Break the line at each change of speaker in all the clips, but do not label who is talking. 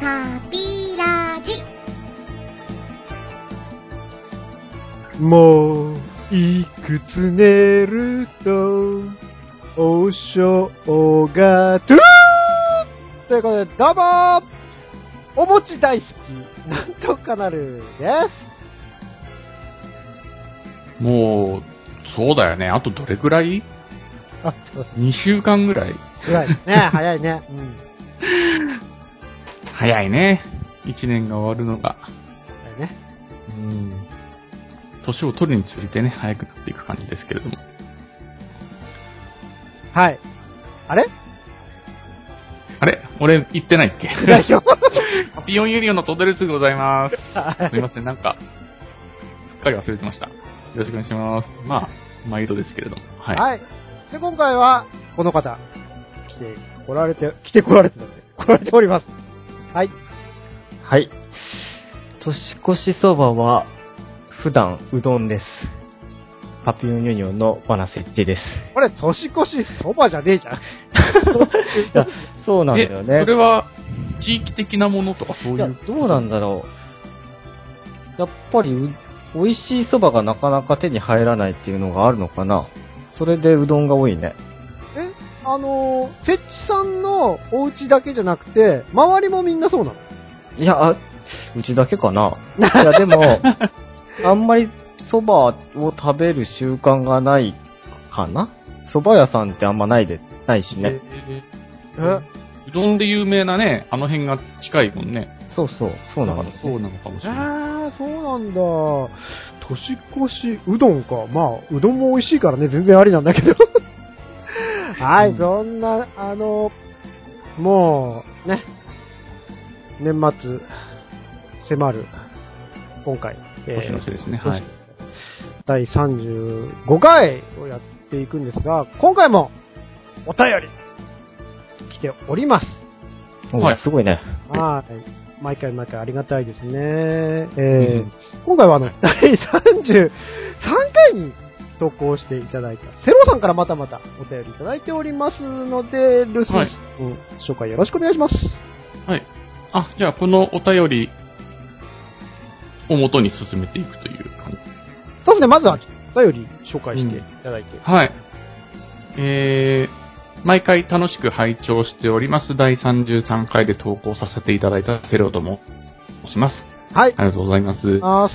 タピラジ
もういくつ寝るとお正月ということでどうもお餅大好きなんとかなるです
もう、そうだよね。あとどれくらい
あそうです
?2 週間ぐらい。
ぐらいですね早いねうん
早いね。1年が終わるのが。
早いね
うん。年を取るにつれてね、早くなっていく感じですけれども。
はいあれ
あれ俺、言ってないっけ
代表
パピヨンユリオンのトドルスでございます。
はい
すいません、なんか、すっかり忘れてました。よろしくお願いします。まあ、毎度ですけれども。はい。
はい。で、今回は、この方、来て来られて、来て来られてたんで、来られております。はい。
はい。年越しそばは、普段うどんです。パピヨンユニオンのバナセッチです。
これ、年越しそばじゃねえじゃん。
いやそうなんだよ
え
ね
そ。れは、地域的なものとかそう
い
い
や
う。
どうなんだろう。やっぱりう、美味しいそばがなかなか手に入らないっていうのがあるのかな。それでうどんが多いね。
あのー、設置さんのお家だけじゃなくて、周りもみんなそうなの。
いや、あうちだけかな。いや、で も、あんまり蕎麦を食べる習慣がないかな蕎麦屋さんってあんまないで、ないしね。
えーうどんで有名なね、あの辺が近いもんね。
そうそう、そうなの、ね。
そうなのかもし
え
れない。
ー、そうなんだ。年越しうどんか。まあ、うどんも美味しいからね、全然ありなんだけど。 はい、
うん
そんな、あの、もう、ね、年末、迫る、今回、
年の瀬ですね。
年
はい。
第35回をやっていくんですが、今回も、お便り、来ております。
お
はい
すごいね。
はい。毎回毎回ありがたいですね。えー
うん
今回はあの、第33回に投稿していただいた、セロさんからまたまたお便りいただいておりますので、留守さん、
はい
紹介よろしくお願いします。
はい。あ、じゃあ、このお便りをもとに進めていくという感じ。
そうですね、まずはお便り紹介していただいて。
はい。えー、毎回楽しく拝聴しております。第33回で投稿させていただいたセロともします。
はい。
ありがとうございます。
あー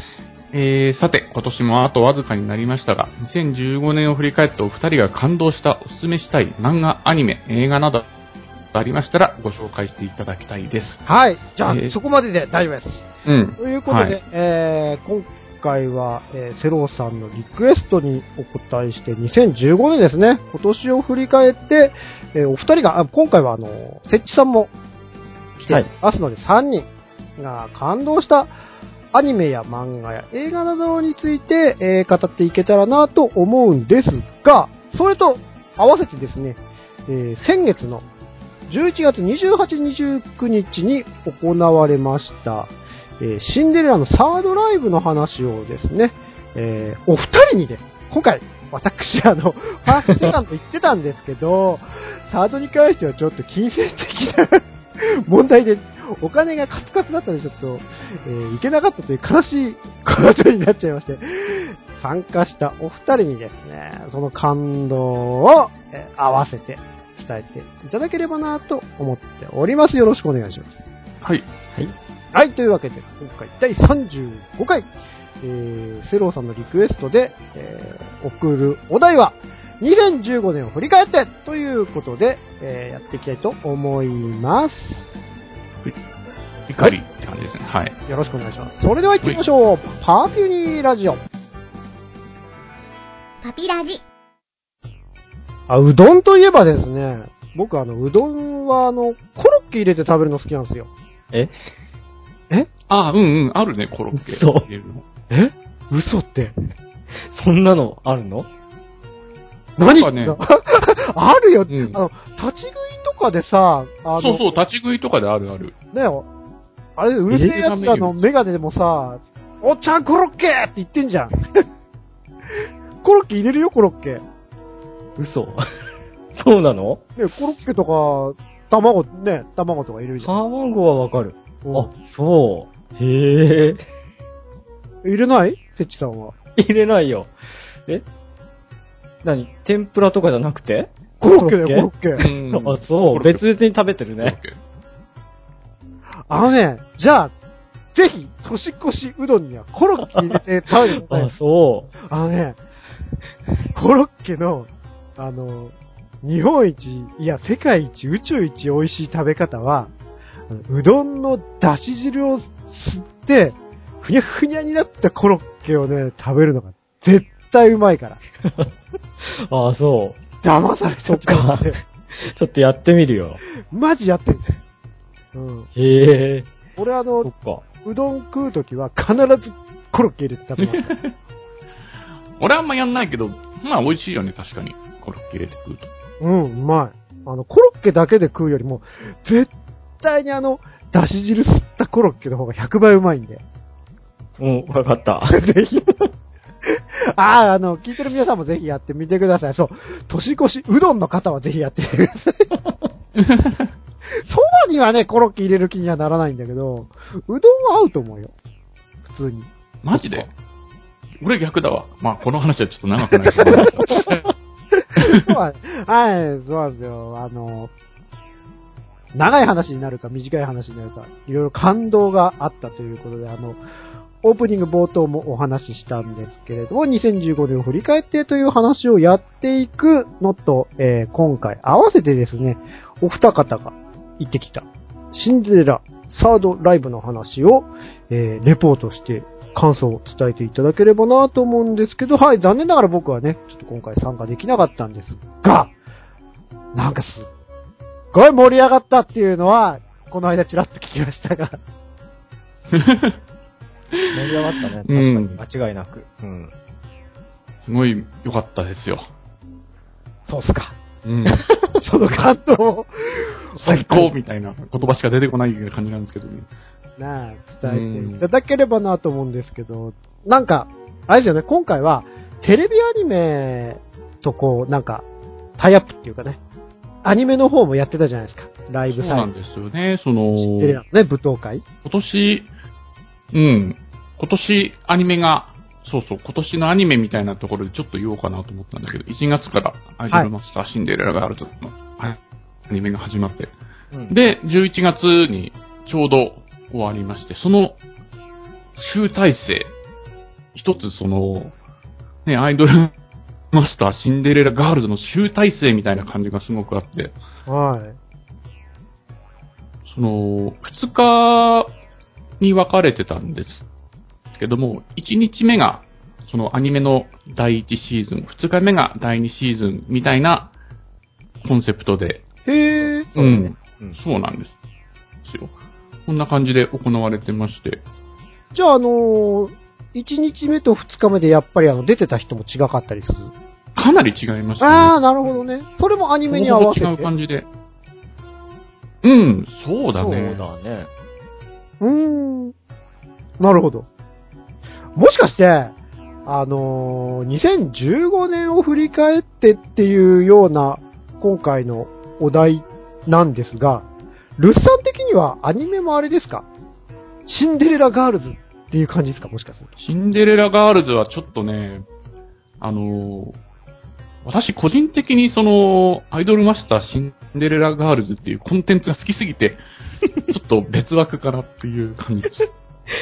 えー、さて、今年もあとわずかになりましたが、2015年を振り返ってお二人が感動した、おすすめしたい漫画、アニメ、映画などありましたらご紹介していただきたいです。
はい。じゃあ、
えー
そこまでで大丈夫です。
うん。
ということで、
は
えー今回は、えーセローさんのリクエストにお答えして、2015年ですね、今年を振り返って、えーお二人が、あ今回は、あの、設置さんも来て
はい
ますので、3人が感動したアニメや漫画や映画などについて、えー語っていけたらなと思うんですが、それと合わせてですね、えー先月の11月28、29日に行われました、えーシンデレラのサードライブの話をですね、えーお二人にです、今回、私、あの、ファーストセカンド言ってたんですけど、サードに関してはちょっと金銭的な問題で、お金がカツカツだったので、ちょっと、えーいけなかったという悲しい ことになっちゃいまして、参加したお二人にですね、その感動を、えー合わせて伝えていただければなと思っております。よろしくお願いします。
はい。
はい、というわけで、今回第35回、えー、セローさんのリクエストで、えー送るお題は、2015年を振り返ってということで、えーやっていきたいと思います。
怒りって感じですね。はい。
よろしくお願いします。それでは行ってみましょう。パーフュニーラジオ。
パピラジ
あ、うどんといえばですね、僕あの、うどんはあの、コロッケ入れて食べるの好きなんですよ。
あー、うんうん、あるね、コロッケ。
そう
入れるの
え嘘って。
そんなのあるの
何
なんかね
あるよ、
うん
あの、立ち食いとかでさ、あの、
そうそう、立ち食いとかであるある。
ねあれ、うるせえやつらのメガネでもさ、おっちゃんコロッケって言ってんじ ゃん。コロッケ入れるよ、コロッケ。ね
嘘 そうなの
コロッケとか、卵、ね、卵とか入れるじゃん。
卵はわかる。あ、そう。へえ。
入れないせっちさんは。
入れないよ。え何天ぷらとかじゃなくて
コロッケだよ、コロッ
う
ケ。
ん
あ、そう。別々に食べてる
コロッ
ね。
ケ
あのね、じゃあ、ぜひ、年越しうどんにはコロッケ入れて食べてくださ
あ、
い。
そ
あのね、コロッケの、あの、日本一、いや、世界一、宇宙一美味しい食べ方は、あのうどんのだし汁を吸って、ふにゃふにゃになったコロッケをね、食べるのが絶対うまいから。
う。 あ、そう。
騙された
そっ
と思
か
って。
ちょっとやってみるよ。
マジやってるんだよ。うん。
へえ。
俺あ
そっ
の、
か。
うどん食うときは必ずコロッケ入れて食べます。
俺はあんまやんないけど、まあ美味しいよね、確かに。コロッケ入れてく ると。
うん、うまい。あの、コロッケだけで食うよりも、絶対にあの、だし汁吸ったコロッケの方が100倍うまいんで。
うん、わか った。
ぜひ。ああ、あの、聞いてる皆さんもぜひやってみてください。そう。年越し、うどんの方はぜひやってみてください。そばにはね、コロッケ入れる気にはならないんだけど、うどんは合うと思うよ。普通に。
マジで俺逆だわ。まあこの話はちょっと長くなりそうだけど
そうははい、そうなんですよ。あの、長い話になるか短い話になるか、いろいろ感動があったということで、あの、オープニング冒頭もお話ししたんですけれども、2015年を振り返ってという話をやっていくのと、えー今回合わせてですね、お二方が行ってきた、シンデレラサードライブの話を、えーレポートして感想を伝えていただければなと思うんですけど、はい、残念ながら僕はね、ちょっと今回参加できなかったんですが、なんかすっごい盛り上がったっていうのは、この間ちらっと聞きましたが、
盛り上がったね。確か
うん
に。間違いなく。うん。
すごい良かったですよ。
そうっすか。
うん。
その感動を、
最高みたいな言葉しか出てこない感じなんですけどね。
なあ、伝えていただければなと思うんですけど、なんか、あれですよね、今回は、テレビアニメとこう、なんか、タイアップっていうかね、アニメの方もやってたじゃないですか。ライ
そ
ブ
う
サ
な
イ
ん
ト。
ですよね。その、
シンデレラのね、舞踏会。
今年、うん。今年アニメが、そうそう、今年のアニメみたいなところでちょっと言おうかなと思ったんだけど、1月からアイドルマスターシンデレラがあると、はいアニメが始まって。
うん、
で、11月にちょうど終わりまして、その集大成、一つその、ね、アイドルマスターシンデレラガールズの集大成みたいな感じがすごくあって、
はい。
その、2日に分かれてたんですけども、1日目が、そのアニメの第1シーズン、2日目が第2シーズンみたいなコンセプトで、
へえ。
そうだねうん
そうなんですよ。こんな感じで行われてまして、
じゃあ、あのー、1日目と2日目でやっぱりあの出てた人も違かったりする。
かなり違いました
ああ、
ね。
なるほどね。それもアニメに合
ほぼ
わせて。
違う感じで。うん、そうだね。
そうだね。
うーん。なるほど。もしかして、あのー、2015年を振り返ってっていうような今回のお題なんですが、ルッサン的にはアニメもあれですかシンデレラガールズっていう感じですかもしかすると。
シンデレラガールズはちょっとね、あのー私個人的にその、アイドルマスターシンデレラガールズっていうコンテンツが好きすぎ て、ちょっと別枠かなっていう感じです。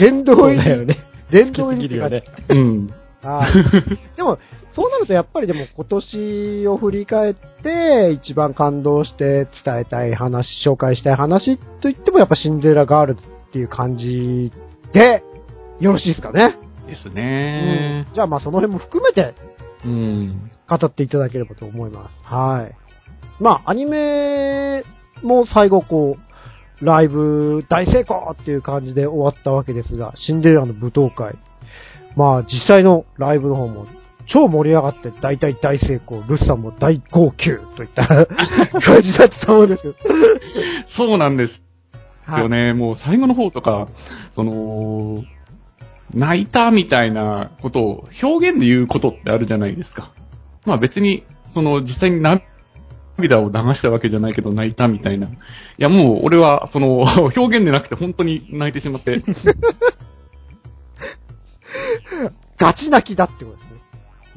殿
そ
堂
う
入
だ
り。
よね。
殿
好
堂入り
きすぎ
って
る
感
よ
じ
ね。
うん。
あーでも、そうなるとやっぱりでも今年を振り返って、一番感動して伝えたい話、紹介したい話といってもやっぱシンデレラガールズっていう感じで、よろしいですかね。
ですね
うんじゃあまあその辺も含めて
うん。
語っていただければと思います。はい。まあアニメも最後こう、ライブ大成功っていう感じで終わったわけですが、シンデレラの舞踏会。まあ実際のライブの方も超盛り上がって大体大成功、ルッサンも大号泣といった 感じだったと思うんですよ。
そうなんです
はい
よね。もう最後の方とか、その、泣いたみたいなことを表現で言うことってあるじゃないですか。まあ別に、その実際に涙涙を流したわけじゃないけど泣いたみたいな。いや、もう俺は、その、表現でなくて本当に泣いてし まって、
ガチ泣きだってことですね。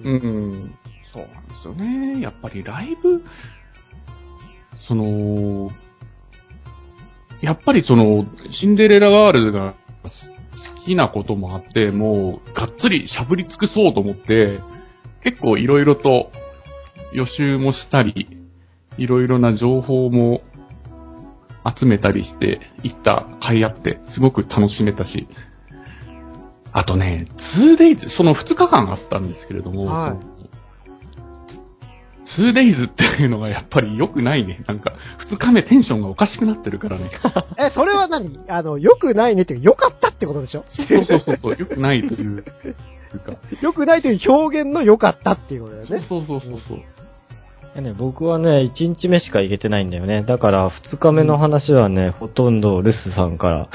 うん、そうなんですよね。やっぱりライブ、その、やっぱりその、シンデレラガールズが好きなこともあって、もう、がっつりしゃぶり尽くそうと思って、結構いろいろと予習もしたり、いろいろな情報も集めたりして、行った会あって、すごく楽しめたし、あとね、2days、その2日間あったんですけれども、
はい
その 2days っていうのがやっぱり良くないね。なんか、2日目テンションがおかしくなってるからね。
え、それは何あの、良くないねっていう、良かったってことでしょ
そうそうそうそう、良くないという、いう か。
良くないという表現の良かったっていうことだよ
そう
ね。
そうそうそうそう。
いやね、僕はね、1日目しか行けてないんだよね。だから、2日目の話はね、ほとんど留守さんから、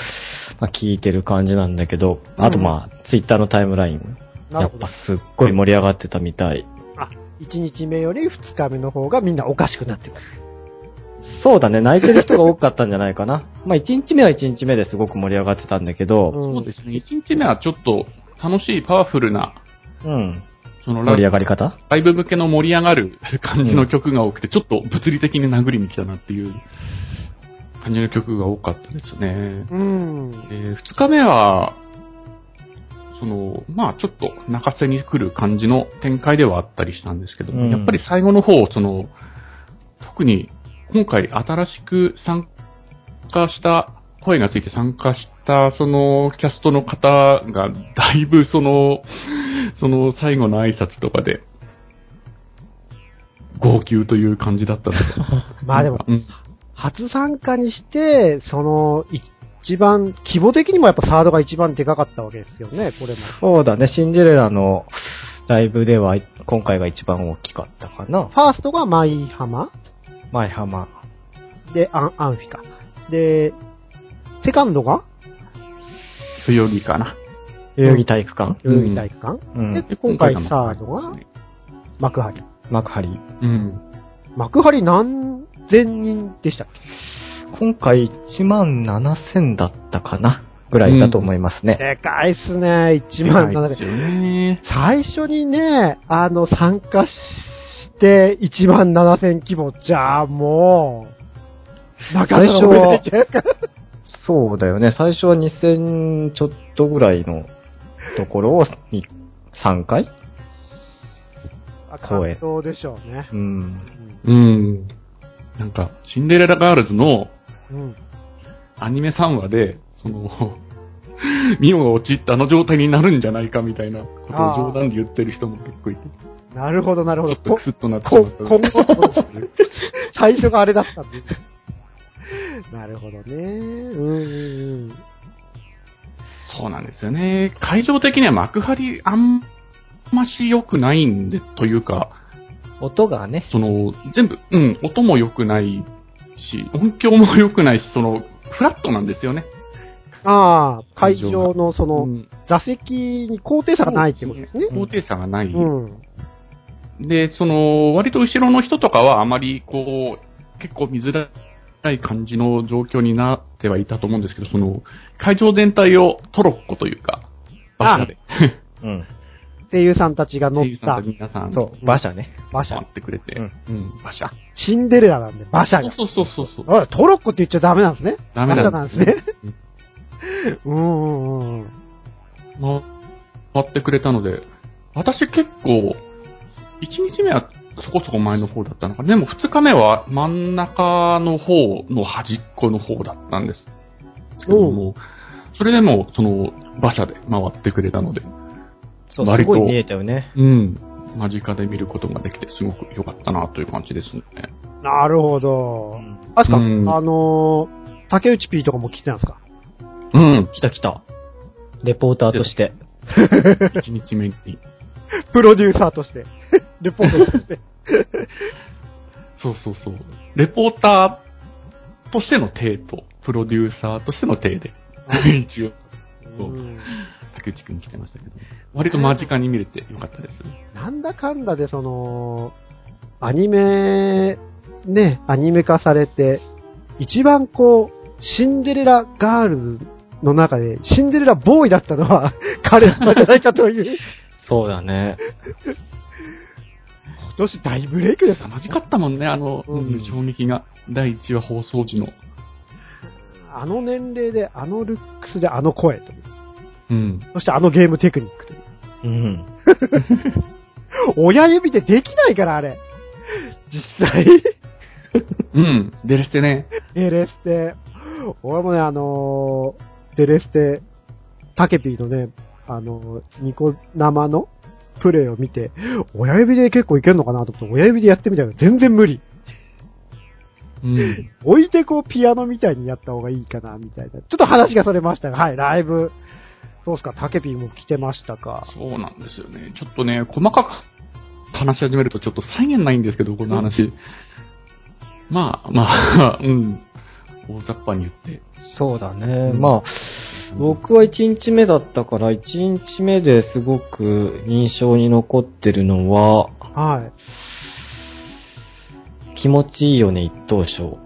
まあ、聞いてる感じなんだけど、あとまあ、ツイッターのタイムライン。
な
や
る
っ
ほど
ぱ。すっごい盛り上がってたみたい。
1日目より2日目の方がみんなおかしくなってくる。
そうだね、泣いてる人が多かったんじゃないか な。まあ、1日目は1日目ですごく盛り上がってたんだけど、
ん
そうですね。1日目はちょっと楽しい、パワフルな、
うん。
そのラ
盛り上がり方
ライブ向けの盛り上がる 感じの曲が多くて、ちょっと物理的に殴りに来たなっていう感じの曲が多かったですね。
うん。
え2日目は、その、まあちょっと泣かせに来る感じの展開ではあったりしたんですけども、
うん
やっぱり最後の方、その、特に今回新しく参加した、声がついて参加した、その、キャストの方が、だいぶその、 その最後の挨拶とかで、号泣という感じだったので。
まあでも、
うん、
初参加にして、その、一番、規模的にもやっぱサードが一番でかかったわけですよね、これも。
そうだね、シンデレラのライブでは、今回が一番大きかったかな。
ファーストが舞浜
舞浜。
で、アン、アンフィか。で、セカンドが
水曜日かな。
代々木体育館
代々木体育館、
うん。
で、今回
が
サードが幕張。
幕張。
うん。
幕張何千人でしたっ
今回1万7000だったかなぐらいだと思います
け
ね。
でかいっすね、1万
高い
7
です
千。
よね。
最初にね、あの、参加して1万7千規模じゃあもう、なかなか
最初は
覚えてないじゃん
そうだよね。最初は2000ちょっとぐらいのところをに3回
感動でしょうね。
うん。
うん。なんか、シンデレラガールズの
うん。
アニメ3話で、その、 ミオが陥ったあの状態になるんじゃないかみたいなこと
あ
を
ー
冗談で言ってる人も結構いて、ち
なるほど、なるほ
ょ
ど。
っとクスッとなってし
こ
まった。
今後の最初があれだったんで。なるほどね。うんうん
そうなんですよね。会場的には幕張あんまし良くないんで、というか、
音がね。
その、全部、うん、音も良くないし、音響も良くないし、その、フラットなんですよね。
うん。ああ、会
会場が
場のその、
うん
座席に高低差がないってことですね。
高低差がない。
うん。
で、その、割と後ろの人とかはあまりこう、結構見づらい感じの状況になってはいたと思うんですけど、その、会場全体をトロッコというか、馬車で、
うん。
声優さんたち が乗っ
声優さ
た
んと皆さん、
そう、馬車ね。
馬車
回っ。てくれて、
う
うんん、馬車。
シンデレラなんで、馬車が。
そうそうそうそう。
あトロッコって言っちゃダメなんですね。
ダメな
馬車なん
ん
で
ですす
ね
ね。
うんうんうん。
回ってくれたので、私結構、1日目はそこそこ前の方だったのかな。でも2日目は真ん中の方の端っこの方だったんです。けども、それでも、その、馬車で回ってくれたので、
そう、す
割と
ごい見えたよね。
うん。間近で見ることができて、すごく良かったなという感じですね。
なるほど。あすか、
うん
あのー、竹内 P とかも来てたんですか
うん。
来た来た。レポーターとして。
1日目に。
プロデューサーと して。レポートとして。
そうそうそう。レポーターとしての体と、プロデューサーとしての体で、 一応、そう
うん
竹内くん来てましたけど、割と間近に見れて良かったですね。
なんだかんだで、その、アニメね、アニメ化されて、一番こう、シンデレラガールズの中で、シンデレラボーイだったのは彼だったんじゃないかと いう、
そうだね。
女子大ブレイクです。
凄まじかったもんね、あの、
うん
うん衝撃が。第1話放送時の。
あの年齢で、あのルックスで、あの声という。
うん。
そしてあのゲームテクニックという。
うん。
親指でできないから、あれ。実際、
うん。デレステね。
デレステ。俺もね、あのーデレステ、タケピーのね、あのーニコ生のプレイを見て、親指で結構いけるのかなと思って、親指でやってみたけど、全然無理。
うん。
置いてこう、ピアノみたいにやった方がいいかな、みたいな。ちょっと話がそれましたが、はい、ライブ。そうっすか、タケピーも来てましたか。
そうなんですよね。ちょっとね、細かく話し始めるとちょっと再現ないんですけど、この話。まあ、まあ、 うん。大雑把に言って。
そうだね。
うん
まあ、僕は1日目だったから、1日目ですごく印象に残ってるのは、
はい。
気持ちいいよね、一等賞。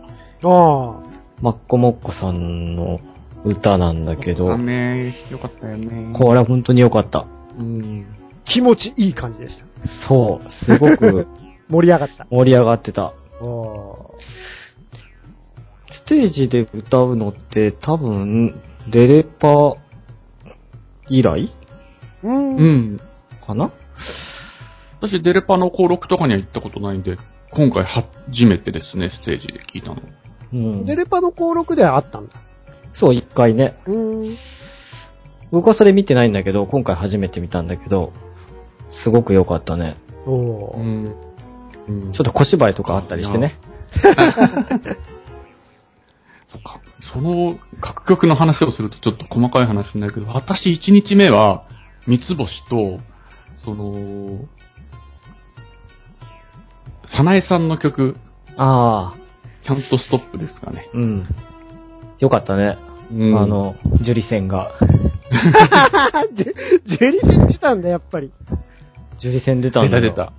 あ
マッコモッコさんの歌なんだけど
残、念。よかったよね。
これは本当に良かった。
うん。
あ、気持ちいい感じでした。
そう、すごく
盛り上がった。
盛り上がってた。
お
ステージで歌うのって多分、レレパ以来
ーうん
う。ん。
かな
私、デレパの登録とかには行ったことないんで、今回初めてですね、ステージで聞いたの。
うん
デ。レパの登録ではあったんだ。
そう、一回ね。
うーん。
僕はそれ見てないんだけど、今回初めて見たんだけど、すごく良かったね。
おー
ん。うん、
ちょっと小芝居とかあったりしてね。
そっか。その、各局の話をするとちょっと細かい話になるけど、私1日目は、三つ星と、その、さなえさんの曲、
ああ、
キャントストップですかね。
うん。良かったね。
うん
あ、の、ジュリセンが。
ジェジェリー出たんだ、やっぱり。
ジュリセン出たん
出
だ
た
よ
出た。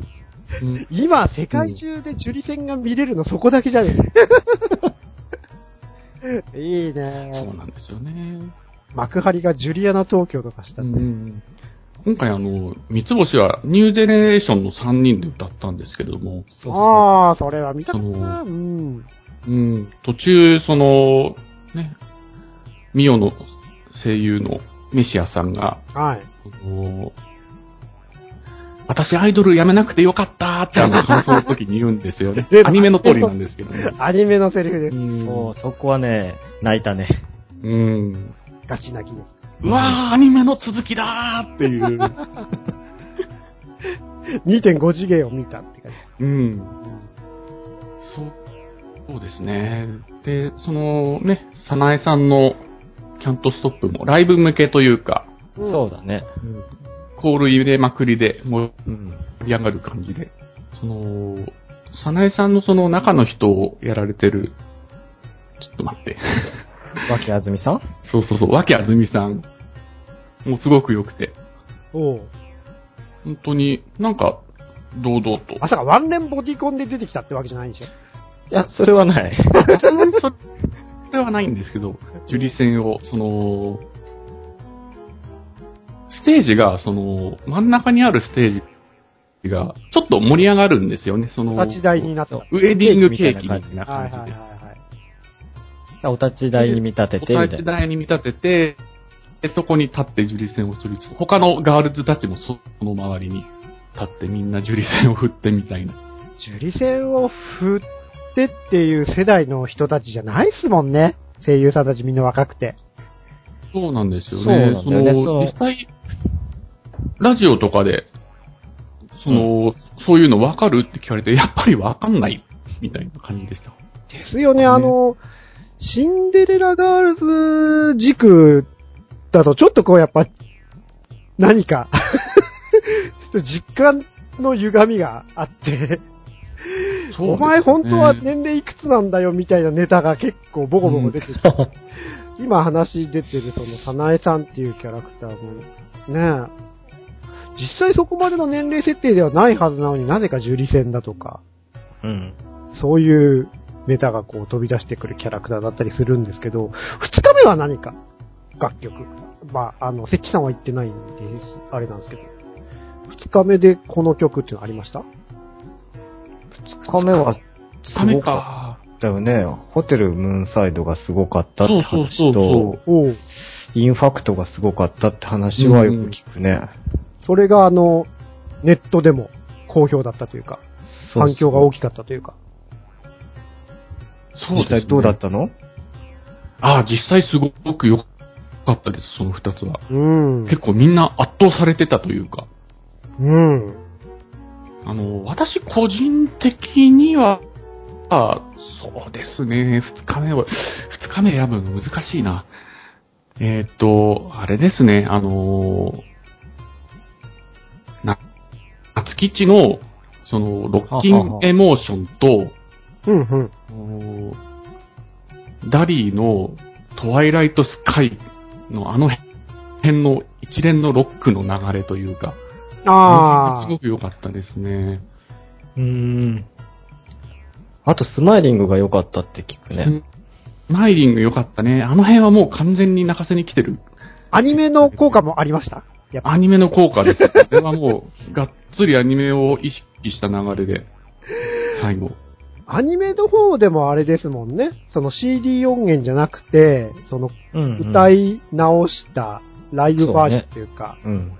うん
今、世界中でジュリ戦が見れるの、そこだけじゃねえ。 いい
そう
ね
なんですよね。
幕張がジュリアナ東京とかした
う
ね。
ん今回あの、三つ星はニュージェネレーションの3人で歌ったんですけれども、
ああ、それは見たかったな。うん。
うん、途中、その、ね、ミオの声優のメシアさんが、
はい。
あの私アイドル辞めなくてよかったってあの 感想の時に言うんですよね
出。た
アニメの通りなんですけどね。
アニメのセリフで
う
す。
ん
そう、そこはね、泣いたね。
うん。
ガチ泣きです。
うわー、アニメの続きだーっていう。
2.5次元を見たって感じ。
うん。
うん
そう、そうですね。で、そのね、さなえさんのキャントストップもライブ向けというか、
そうだね。
コール入れまくりで盛
うん。
り上がる感じで、その、さなえさんのその中の人をやられてる、ちょっと待って。
脇あずみさん
そうそうそう、脇あずみさん。もうすごく良くて。
おう
本当になんか、堂々と。
まさかワンレンボディコンで出てきたってわけじゃないんでしょ。
いや、それはない。
さすがにそれはないんですけど、樹里線を、その、ステージが、その、真ん中にあるステージが、ちょっと盛り上がるんですよね、その、
立ち台になった。はい
ウェディングケーキみたい
は
な
い
感
はい
じで。
はい。
お立ち台に見立てて、みた
お
い
立ち
な。
台に見立てて、でそこに立って樹里線を振りつつ、他のガールズたちもその周りに立ってみんな樹里線を振ってみたいな。
ジュリ線を振ってっていう世代の人たちじゃないっすもんね。声優さんたちみんな若くて。
そうなんですよ
そうな
ね。
んだよね
その
そう
実際、ラジオとかで、その、そういうの分かるって聞かれて、やっぱり分かんない、みたいな感じでした。
ですよね、あの、シンデレラガールズ軸だとちょっとこうやっぱ、何か、 実感の歪みがあって、お前本当は年齢いくつなんだよみたいなネタが結構ボコボコ出てきて、今話出てるその、さなえさんっていうキャラクターも、ねえ、実際そこまでの年齢設定ではないはずなのになぜか樹里戦だとか、
うん。
そういうネタがこう飛び出してくるキャラクターだったりするんですけど、二日目は何か楽曲。まあ、あの、関さんは言ってないんです、あれなんですけど。二日目でこの曲っていうのありました
2日目は、す
ダ
ご
メ
か
か。
ったよね。ホテルムーンサイドがすごかったって
そうそ
話
うそう
と、
おう
インファクトがすごかったって話はよく聞くね。
それがあの、ネットでも好評だったというか、
そう
反響が大きかったというか。
そうです、
実
ね。
際どうだったの
ああ、実際すごく良かったです、その二つは。
うん。
結構みんな圧倒されてたというか。
うん。
あの、私個人的には、あそうですね、二日目は、二日目選ぶの難しいな。えーっと、あれですね、あのー、な、夏吉の、その、ロッキンエモーションと、
うん、うん。
あのーダリーのトワイライトスカイのあの辺の一連のロックの流れというか、
ああ
すご。く良かったですね。
うん。あと、スマイリングが良かったって聞くね。
スマイリング良かったね。あの辺はもう完全に泣かせに来てる。
アニメの効果もありましたやっぱ。
アニメの効果です。これはもう、がっつりアニメを意識した流れで、最後。
アニメの方でもあれですもんね。その CD 音源じゃなくて、その
うん
歌。い直したライブバージョンというか、
うん。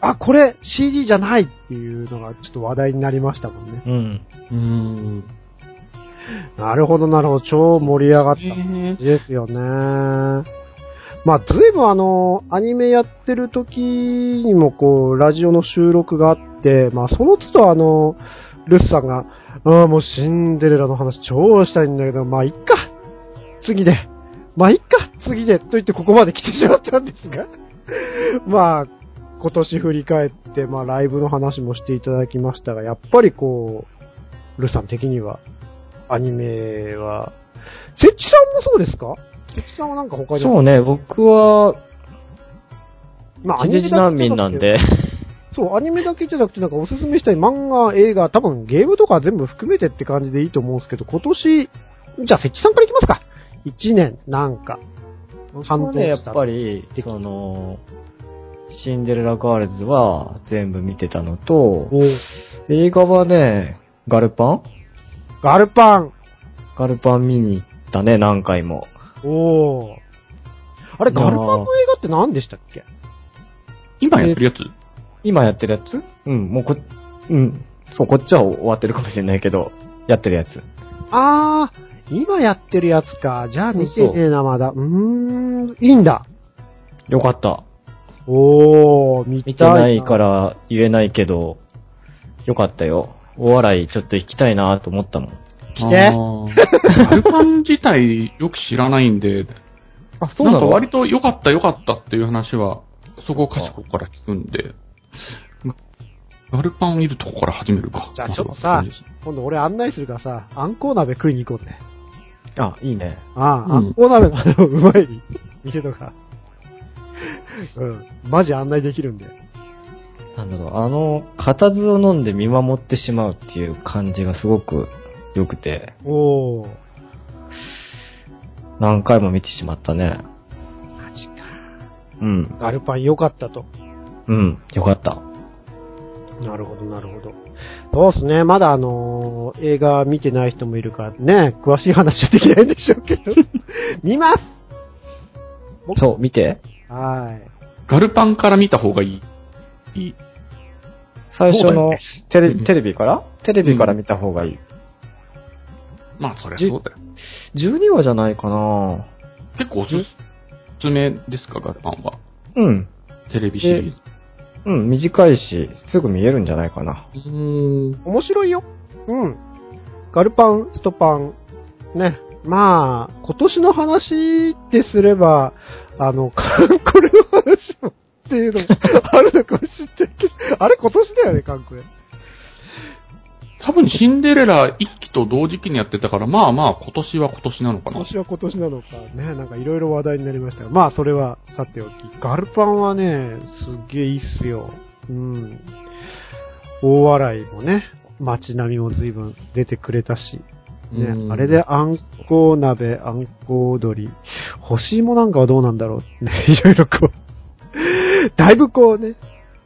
あ、これ CD じゃないっていうのがちょっと話題になりましたもんね。
うん。
うーん。
なるほど、なるほど。超盛り上がった。
ね
ですよね。まあ、ずいぶんあの、アニメやってる時にもこう、ラジオの収録があって、まあ、その都度あの、ルスさんが、ああ、もうシンデレラの話超したいんだけど、まあ、いっか次でまあ、いっか次でと言ってここまで来てしまったんですが、 まあ、今年振り返って、まあ、ライブの話もしていただきましたが、やっぱりこう、ルスさん的には、アニメは、セッチさんもそうですかセッチさんはなんか他にも
そうね、僕は、
ま
地デジ難民なんで。。
そう、アニメだけじゃなくて、なんかおすすめしたい漫画、映画、多分ゲームとか全部含めてって感じでいいと思うんですけど、今年、じゃあ、設置さんからいきますか。1年、なんか。
僕はね、やっぱり、その、シンデレラガールズは全部見てたのと、映画はね、ガルパン
ガルパン。
ガルパン見に行ったね、何回も。
おーあれ、
いやー
ガルパンの映画って何でしたっけ
今やってるやつ
今やってるやつうん、もうこ、うん。そう、こっちは終わってるかもしれないけど、やってるやつ。
あー、今やってるやつか。じゃあ、見てねえな、まだ。うーん、いいんだ。
よかった。
おー、見たい
見てないか。ら言えないけど、よかったよ。お笑いちょっと行きたいなと思ったもん。
来て
あーガルパン自体よく知らないんで、
あ、
なんか割と良かった良かったっていう話は、そこかしこから聞くんで、ガルパンを見るとこから始めるか。
じゃあちょっとさ
そうですね
今度俺案内するからさ、あんこう鍋食いに行こうぜ。
あ、いいね。
ああ、
うん
あんこう鍋のあの、うまい店とか。 うん。マジ案内できるんで。
なんだろう、あの、固唾を飲んで見守ってしまうっていう感じがすごく良くて、
おー。
何回も見てしまったね。
マジか。
うん、
ガルパン良かったと。
うん、よかった。
なるほど、なるほど。そうっすね。まだあのー映画見てない人もいるからね、詳しい話はできないんでしょうけ ど。見ます
そう、見て。
はい。
ガルパンから見た方がいい。いい
最初
そう
の
だよね
テレ,、
うん
テレビからテレビから見た方がいい。
まあ、そりゃそうだよ。
12話じゃないかな
結構おすすめですか、ガルパンは。
うん。
テレビシリーズ。
うん、短いし、すぐ見えるんじゃないかな。
うーん。
面白いよ。うん。ガルパン、ストパン。ね。まあ、今年の話ってすれば、あの、これの話もっていうのもあるのかもしれないけど、あれ今年だよね、韓国。
多分シンデレラ一期と同時期にやってたから、まあまあ今年は今年なのか
今
な。
年は今年なのか、ね、なんかいろいろ話題になりましたが、まあそれはさておき、ガルパンはね、すっげえいいっすよ。うん。大笑いもね、街並みも随分出てくれたし、
う
ね、
ん
あれであんこう鍋、あんこう鶏、干し芋なんかはどうなんだろう、ね、い ろいろこう、だいぶこうね、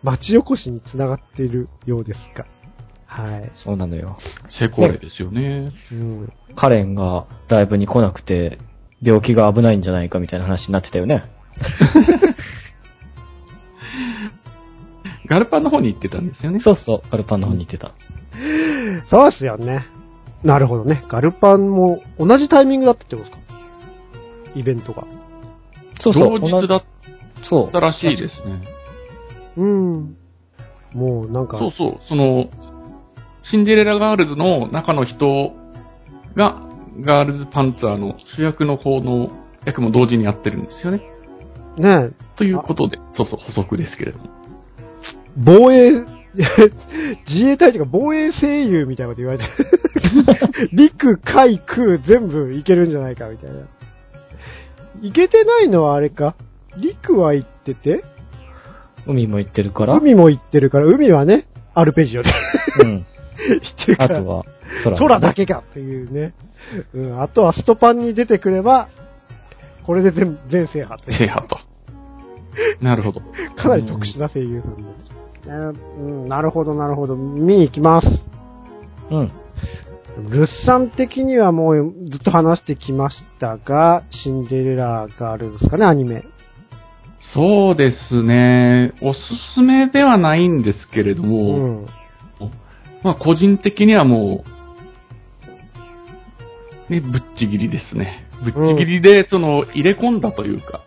町おこしにつながっているようですが、はい。
そうなのよ。
セコイですよね。
うん、
カレンがライブに来なくて、病気が危ないんじゃないかみたいな話になってたよね。
ガルパンの方に行ってたんですよね。
そうそう、アルパンの方に行ってた。
そうですよね。なるほどね。ガルパンも同じタイミングだったってことですかイベントが。
そうそ
同
う。
日だっ
そう
た。らしいですね。
うん。もうなんか、
そうそう、その、シンデレラガールズの中の人が、ガールズパンツァーの主役の方の役も同時にやってるんですよね。
ね、
ということで、そうそう、補足ですけれども。
防衛、 自衛隊というか防衛声優みたいなこと言われて、陸、海、空全部いけるんじゃないかみたいな。いけてないのはあれか。陸は行ってて、
海も行ってるから。
海も行ってるから、海はね、アルペジオで
うん。
行ってるか
あ
ら
と、は、空。
空だ。けかというね。うん、あとはストパンに出てくれば、これで全全制覇という。
制覇と。なるほど。
かなり特殊な声優さんです、えーうん。なるほど、なるほど。見に行きます。
うん。
ルッサン的にはもうずっと話してきましたが、シンデレラガールですかね、アニメ。
そうですね。おすすめではないんですけれど
う
も、
ん。
まあ個人的にはもう、ね、ぶっちぎりですね。ぶっちぎりで、その、入れ込んだというか、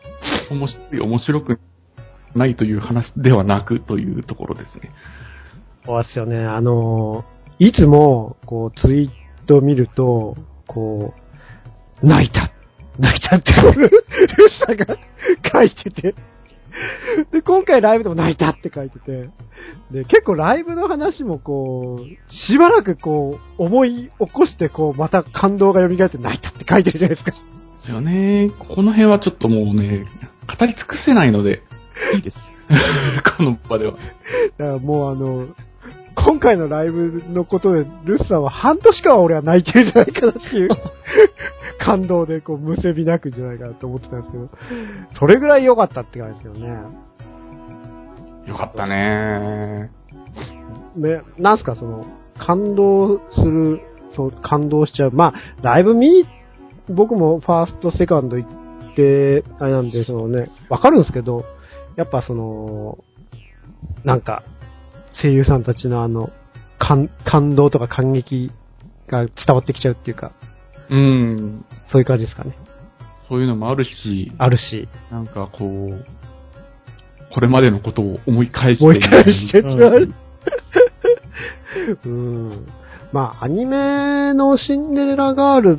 面白い、面白くないという話ではなくというところですね。
そうですよね。あのーいつも、こう、ツイート見ると、こう、泣いた。泣いたって、 ルルッサンが書いてて。で、今回ライブでも泣いたって書いてて。で、結構ライブの話もこう、しばらくこう、思い起こしてこう、また感動が蘇って泣いたって書いてるじゃないですか。
ですよね。この辺はちょっともうね、語り尽くせないので、いいです。 この場では。
だからもうあの、今回のライブのことで、ルッサンは半年間は俺は泣いてるんじゃないかなっていう感動でこう、むせび泣くんじゃないかなと思ってたんですけど、それぐらい良かったって感じですよね。
よかったね。
ね、なんすかその、感動する、そう、感動しちゃう。まあ、ライブ見に、僕もファースト、セカンド行って、あれなんで、そのね、わかるんですけど、やっぱその、なんか、声優さんたちのあの、感、感動とか感激が伝わってきちゃうっていうか、
うん。
そういう感じですかね。
そういうのもあるし、
あるし、
なんかこう、これまでのことを思い返して、
もう一回してってな
う
る。うん。まあ、アニメのシンデレラガール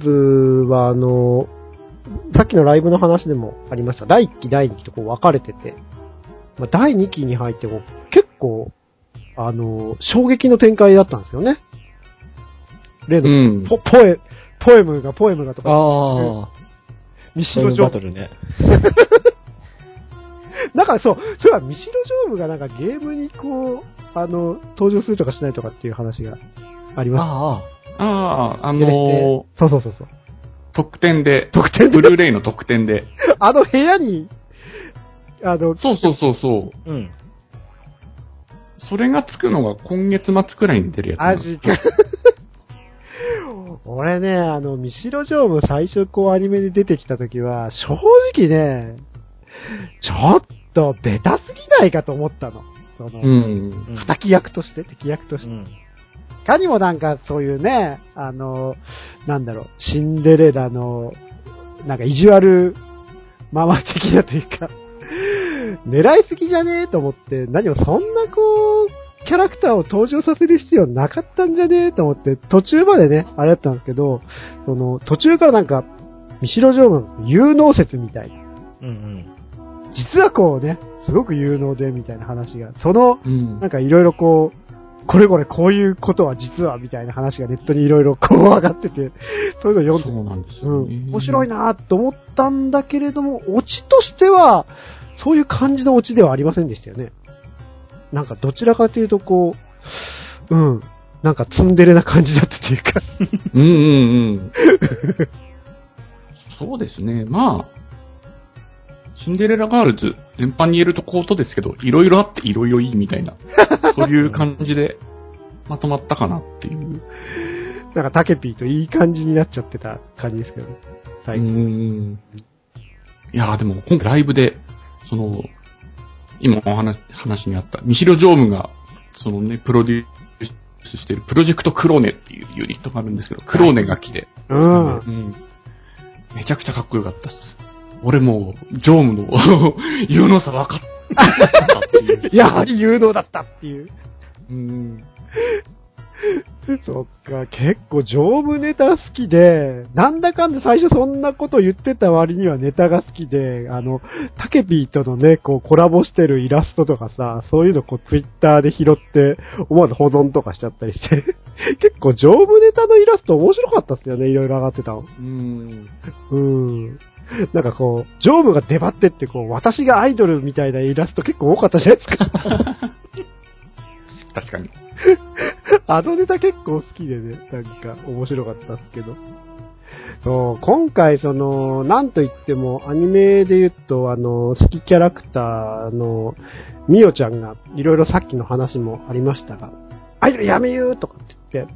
ズは、あの、さっきのライブの話でもありました。第1期、第2期とこう分かれてて、まあ、第2期に入ってこう、結構、あの、衝撃の展開だったんですよね。例
う
の、
ん。
ポポエ、ポエムがポエムがとか、
ああ。
ミ
そ
シ
うい
ロ
う
ジョ
バ
ー
トルね。
だからそう、それはミシロジョーブがなんかゲームにこう、あの、登場するとかしないとかっていう話がありま
あ
ああ、あ
す。
のー、
そうそうそうそう。
特典で、
特典
ブルーレイの特典で。
あの部屋に、あの、
そうそうそうそう。
あ。うん。
それがつくのが今月末くらいに出るやつな
マ
んです。
ジか。 俺ね、あの、ミシロジョーブ最初こうアニメに出てきた時は、正直ね、ちょっとベタすぎないかと思ったの。その、
うん。
うん
敵役として、敵役として
う。ん。
いかにもなんかそういうね、あの、なんだろう、シンデレラの、なんか意地悪ママ的なというか、狙いすぎじゃねえと思って、何もそんなこう、キャラクターを登場させる必要なかったんじゃねえと思って、途中までね、あれだったんですけど、その、途中からなんか、ミシロジョーの有能説みたいな、
うん
実はこうね、すごく有能でみたいな話が、その
うん
なん。かいろいろこう、これこれこういうことは実はみたいな話がネットにいろいろこう上がってて、そういうの読んで、
そうなんです
う
よ、
ん
ね。、
面白いなと思ったんだけれども、オチとしては、そういう感じのオチではありませんでしたよね。なんかどちらかというとこう、うん、なんかツンデレな感じだったというか。
うんうんうん。そうですね。まあ、シンデレラガールズ、全般に言えるとことですけど、いろいろあっていろいろいいみたいな、そういう感じでまとまったかなっていう。
なんかタケピーといい感じになっちゃってた感じですけどね。最
う
近。
んいやーでも今回ライブで、その、今お話、話にあった、ミヒロジョームが、そのね、プロデュースしてるプロジェクトクローネっていうユニットがあるんですけど、クローネが来て、
うん。
うんめちゃくちゃかっこよかったっす。俺もう、ジョームの 有能さ分かったっていう。
やはり有能だったっていう。
うん。
そっか、結構丈夫ネタ好きで、なんだかんだ最初そんなこと言ってた割にはネタが好きで、あの、タケピーとのね、こうコラボしてるイラストとかさ、そういうのこうツイッターで拾って、思わず保存とかしちゃったりして、 結構丈夫ネタのイラスト面白かったっすよね、いろいろ上がってたの。
うん。
うん。なんかこう、ジョームが出張ってって、こう、私がアイドルみたいなイラスト結構多かったじゃないですか。
確かに。
あのネタ結構好きでね、なんか面白かったっすけど。そう今回その、なんといってもアニメで言うと、あの、好きキャラクターのミオちゃんが、いろいろさっきの話もありましたが、アイドルやめようとかって言って、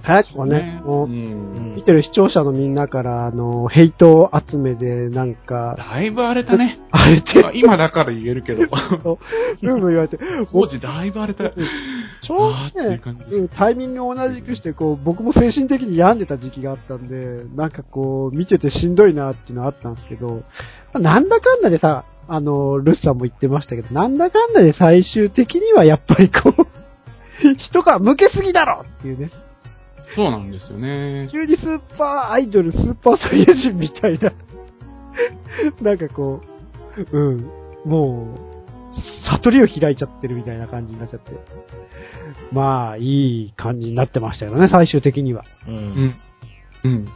早くね、
う。
もうん見てる視聴者のみんなから、あの、ヘイト集めで、なんか、
だいぶ荒れ たね。
あれって、
あ今だから言えるけど。
ブーブー言われて、も
当
う
時だいぶ荒れ
ち
た。
ょう
あーって
ど
いう
ね、
感じです
うんタイミングを同じくして、こう、僕も精神的に病んでた時期があったんで、なんかこう、見ててしんどいなっていうのはあったんですけど、なんだかんだでさ、あの、ルスさんも言ってましたけど、なんだかんだで最終的にはやっぱりこう、 人が向けすぎだろっていうね。
そうなんですよね。
急にスーパーアイドル、スーパーサイヤ人みたいな。 なんかこう、うん。もう、悟りを開いちゃってるみたいな感じになっちゃって。まあ、いい感じになってましたよね、最終的には。
う。
うんん。うん。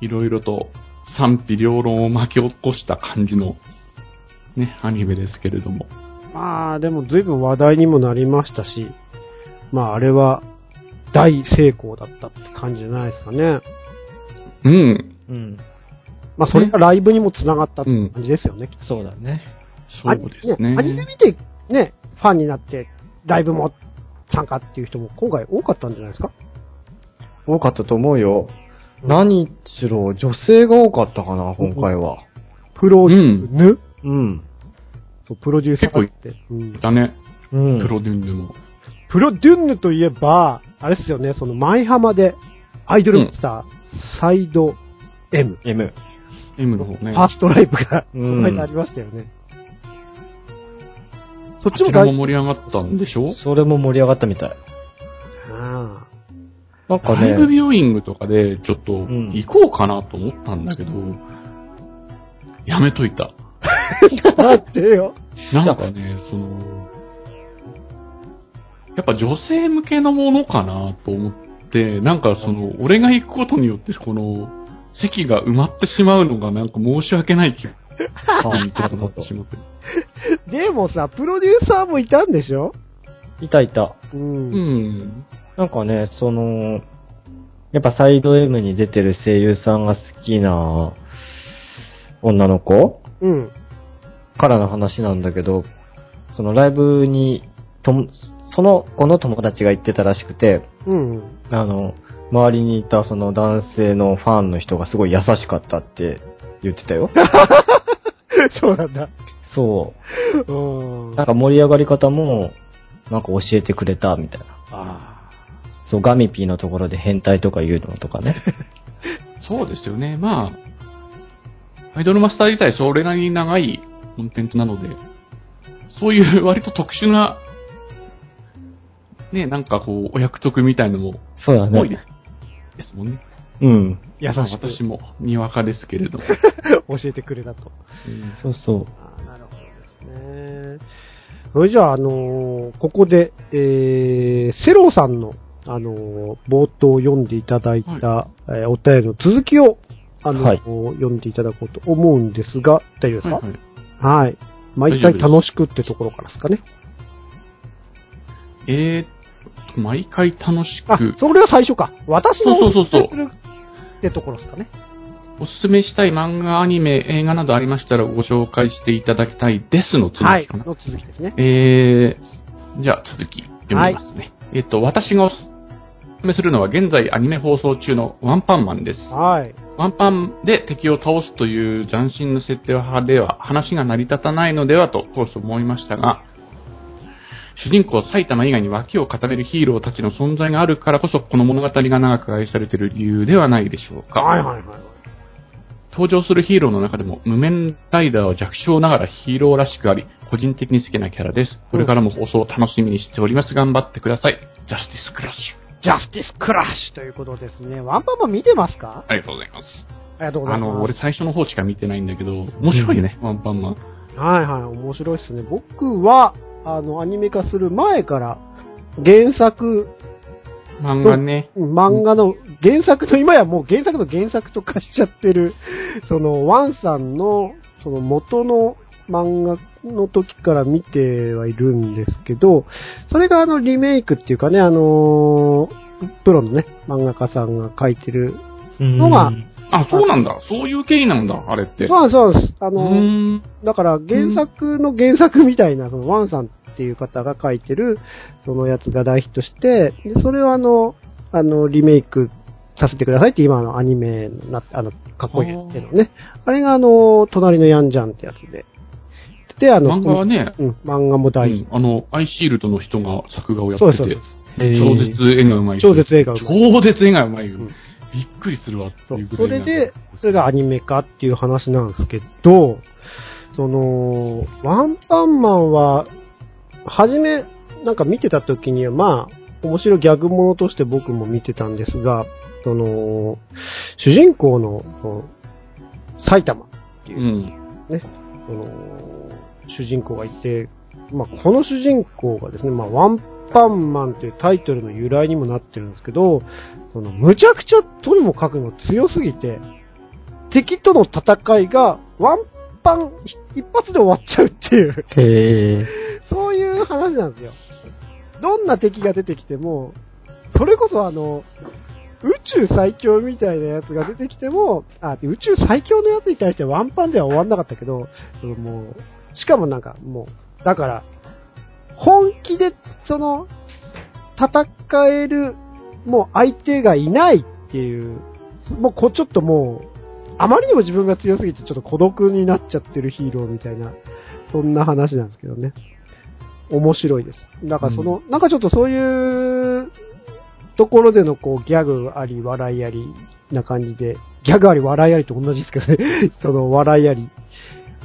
いろいろと賛否両論を巻き起こした感じの、ね、アニメですけれども。
まあ、でも随分話題にもなりましたし、まあ、あれは、大成功だったって感じじゃないですかね。
うん。
うん。
まあ、それがライブにも繋がったって感じですよね、きっと
そうだね。
そうですね。
アニメ見て、ね、ファンになって、ライブも参加っていう人も今回多かったんじゃないですか
多かったと思うよ。何しろ、女性が多かったかな、今回は。
プロデュース、
う
ぬ
うん。
そうプロデューサーって、うん
だね。
うん。
プロデュンヌも。
プロデュンヌといえば、あれですよね、その舞浜で、アイドルスター、サイド M、
M。
M の方
フ
ね。
ァーストライブが、こ
うん
の間ありましたよね。そっち
こ
も
ちら
大
も
事。
盛り上がったんでしょ
それも盛り上がったみたい。
あ
なんか
ライブ
ね、
ビューイングとかで、ちょっと、
ん
行こうかなと思ったんだけど、やめといた。
あなんでよ。
なんかね、その、やっぱ女性向けのものかなと思って、なんかその、俺が行くことによって、この、席が埋まってしまうのがなんか申し訳ない気がちょっとなってしまって。
でもさ、プロデューサーもいたんでしょ
いたいた。
うん。
うん。
なんかね、その、やっぱサイド M に出てる声優さんが好きな女の子
うん。
からの話なんだけど、そのライブに、ともその子の友達が行ってたらしくて、
うん。
あの、周りにいたその男性のファンの人がすごい優しかったって言ってたよ。
そうなんだ。
そうう。
ん
なん。か盛り上がり方も、なんか教えてくれたみたいな。
あ
そう、ガミピーのところで変態とか言うのとかね。
そうですよね。まあ、アイドルマスター自体それなりに長いコンテンツなので、そういう割と特殊な、ね、なんかこう、お約束みたいのも
そうだ
多いで
ね。
すもんね。
うん。
優し
まあ
く
私もにわかですけれども。
教えてくれたと。
そうそう。
あーなるほどですね。それじゃあ、あのーここで、えー、セローさんの、あのー冒頭読んでいただいた、えーお便りの続きを、あのー
はい
読んでいただこうと思うんですが、大丈夫ですか
は
はいい、
はい
毎回楽しくってところからですかね。
えーっ毎回楽し
あ
く、、
それは最初か。私の
そうそうそうそう
おすすめするってところですかね。
おすすめしたい漫画、アニメ、映画などありましたらご紹介していただきたいですの続
はい。
きかな。
の続きですね。
えー、じゃあ続き読みますね。えっと、私がおすすめするのは現在アニメ放送中のワンパンマンです。
はい。
ワンパンで敵を倒すという斬新な設定派では話が成り立たないのではと当初思いましたが、主人公埼玉以外に脇を固めるヒーローたちの存在があるからこそこの物語が長く愛されている理由ではないでしょうか。
はいはいはい。
登場するヒーローの中でも無面ライダーは弱小ながらヒーローらしくあり、個人的に好きなキャラです。これからも放送を楽しみにしております。頑張ってください。ジャスティスクラッシ
ジャスティスクラッシュということですね。ワンパンマン見てますか
ュ。ありがとうございます。
ありがとうござ
あ
います。
の、俺最初の方しか見てないんだけど、面白いね、ワンパンマン。
はいはい、面白いっすね。僕は、あの、アニメ化する前から、原作、
漫画ね。
漫画の、原作の、今やもう原作の原作と化しちゃってる、その、ワンさんの、その元の漫画の時から見てはいるんですけど、それがあの、リメイクっていうかね、あのープロのね、漫画家さんが描いてる。のが
あ、そうなんだ。そういう経緯なんだ、あれって。
そうそうです。あ
う
のー
ーん。
だから原作の原作みたいな、そのワンさんっていう方が書いてる、そのやつが大ヒットして、でそれをあの、あの、リメイクさせてくださいって今あのアニメになって、あの、かっこいいってのね。あれがあの、隣のヤンジャンってやつで。で、あの、
漫画はね、
うん、漫画も
う
大ヒッ
んあの、アイシールドの人が作画をやって
そうそう
て
そう、
超絶絵がうまい。
超絶映画を
超絶絵がうまいよ。
うん
びっくりするわって
ト。
いうぐ
そ
ら
れ
いな
で、それがアニメ化っていう話なんですけど、その、ワンパンマンは、初め、なんか見てた時には、まあ、面白いギャグものとして僕も見てたんですが、その、主人公の、その埼玉っていうう、
ん。
その、主人公がいて、まあ、この主人公がですね、まあ、ワンパンマンというタイトルの由来にもなってるんですけど、その、むちゃくちゃとにもかくにも強すぎて、敵との戦いがワンパン一発で終わっちゃうっていう、
へえ。
そういう話なんですよ。どんな敵が出てきても、それこそあの、宇宙最強みたいなやつが出てきても、あ、宇宙最強のやつに対してワンパンでは終わんなかったけど、そのもう、しかもなんかもう、だから、本気で、その、戦える、もう相手がいないっていう、もうこうちょっともう、あまりにも自分が強すぎてちょっと孤独になっちゃってるヒーローみたいな、そんな話なんですけどね。面白いです。だからその、なんかちょっとそういうところでのこうギャグあり、笑いありな感じで、ギャグあり、笑いありと同じですけどね、 その笑いあり。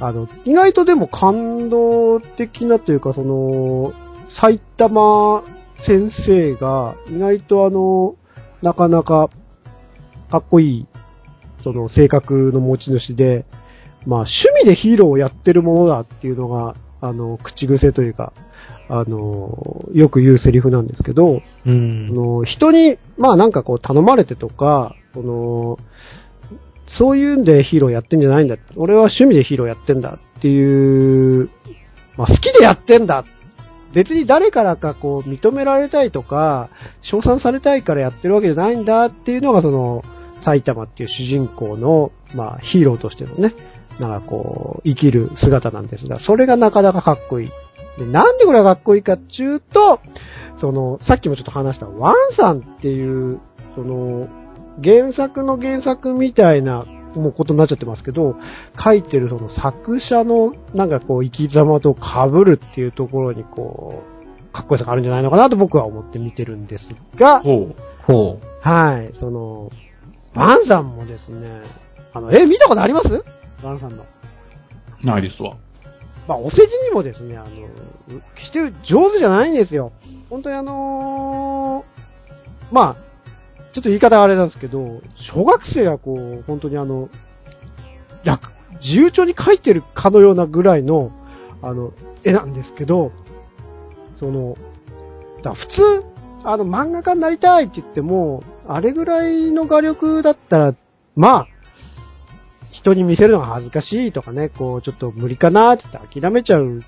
あの、意外とでも感動的なというか、その、埼玉先生が意外とあの、なかなかかっこいい、その性格の持ち主で、まあ趣味でヒーローをやってるものだっていうのが、あの、口癖というか、あの、よく言うセリフなんですけど、
う
あ
ん。
の人に、まあなんかこう頼まれてとか、その、そういうんでヒーローやってんじゃないんだ。俺は趣味でヒーローやってんだっていう、まあ好きでやってんだ。別に誰からかこう認められたいとか、称賛されたいからやってるわけじゃないんだっていうのがその、埼玉っていう主人公の、まあヒーローとしてのね、なんかこう、生きる姿なんですが、それがなかなかかっこいい。で、なんでこれがかっこいいかっていうと、その、さっきもちょっと話した、ワンさんっていう、その、原作の原作みたいな、もうことになっちゃってますけど、書いてるその作者の、なんかこう、生き様と被るっていうところに、こう、かっこよさがあるんじゃないのかなと僕は思って見てるんですが、
ほ
ほ
はい、その、ワンさんもですね、あの、え、見たことありますワンさんの。
う。ないですわ。
まあ、お世辞にもですね、あの、う決して上手じゃないんですよ。本当にあのーまあ、ちょっと言い方はあれなんですけど、小学生がこう、本当にあの、楽、自由帳に書いてるかのようなぐらいの、あの、絵なんですけど、その、だから普通、あの、漫画家になりたいって言っても、あれぐらいの画力だったら、まあ、人に見せるのが恥ずかしいとかね、こう、ちょっと無理かなって言って諦めちゃう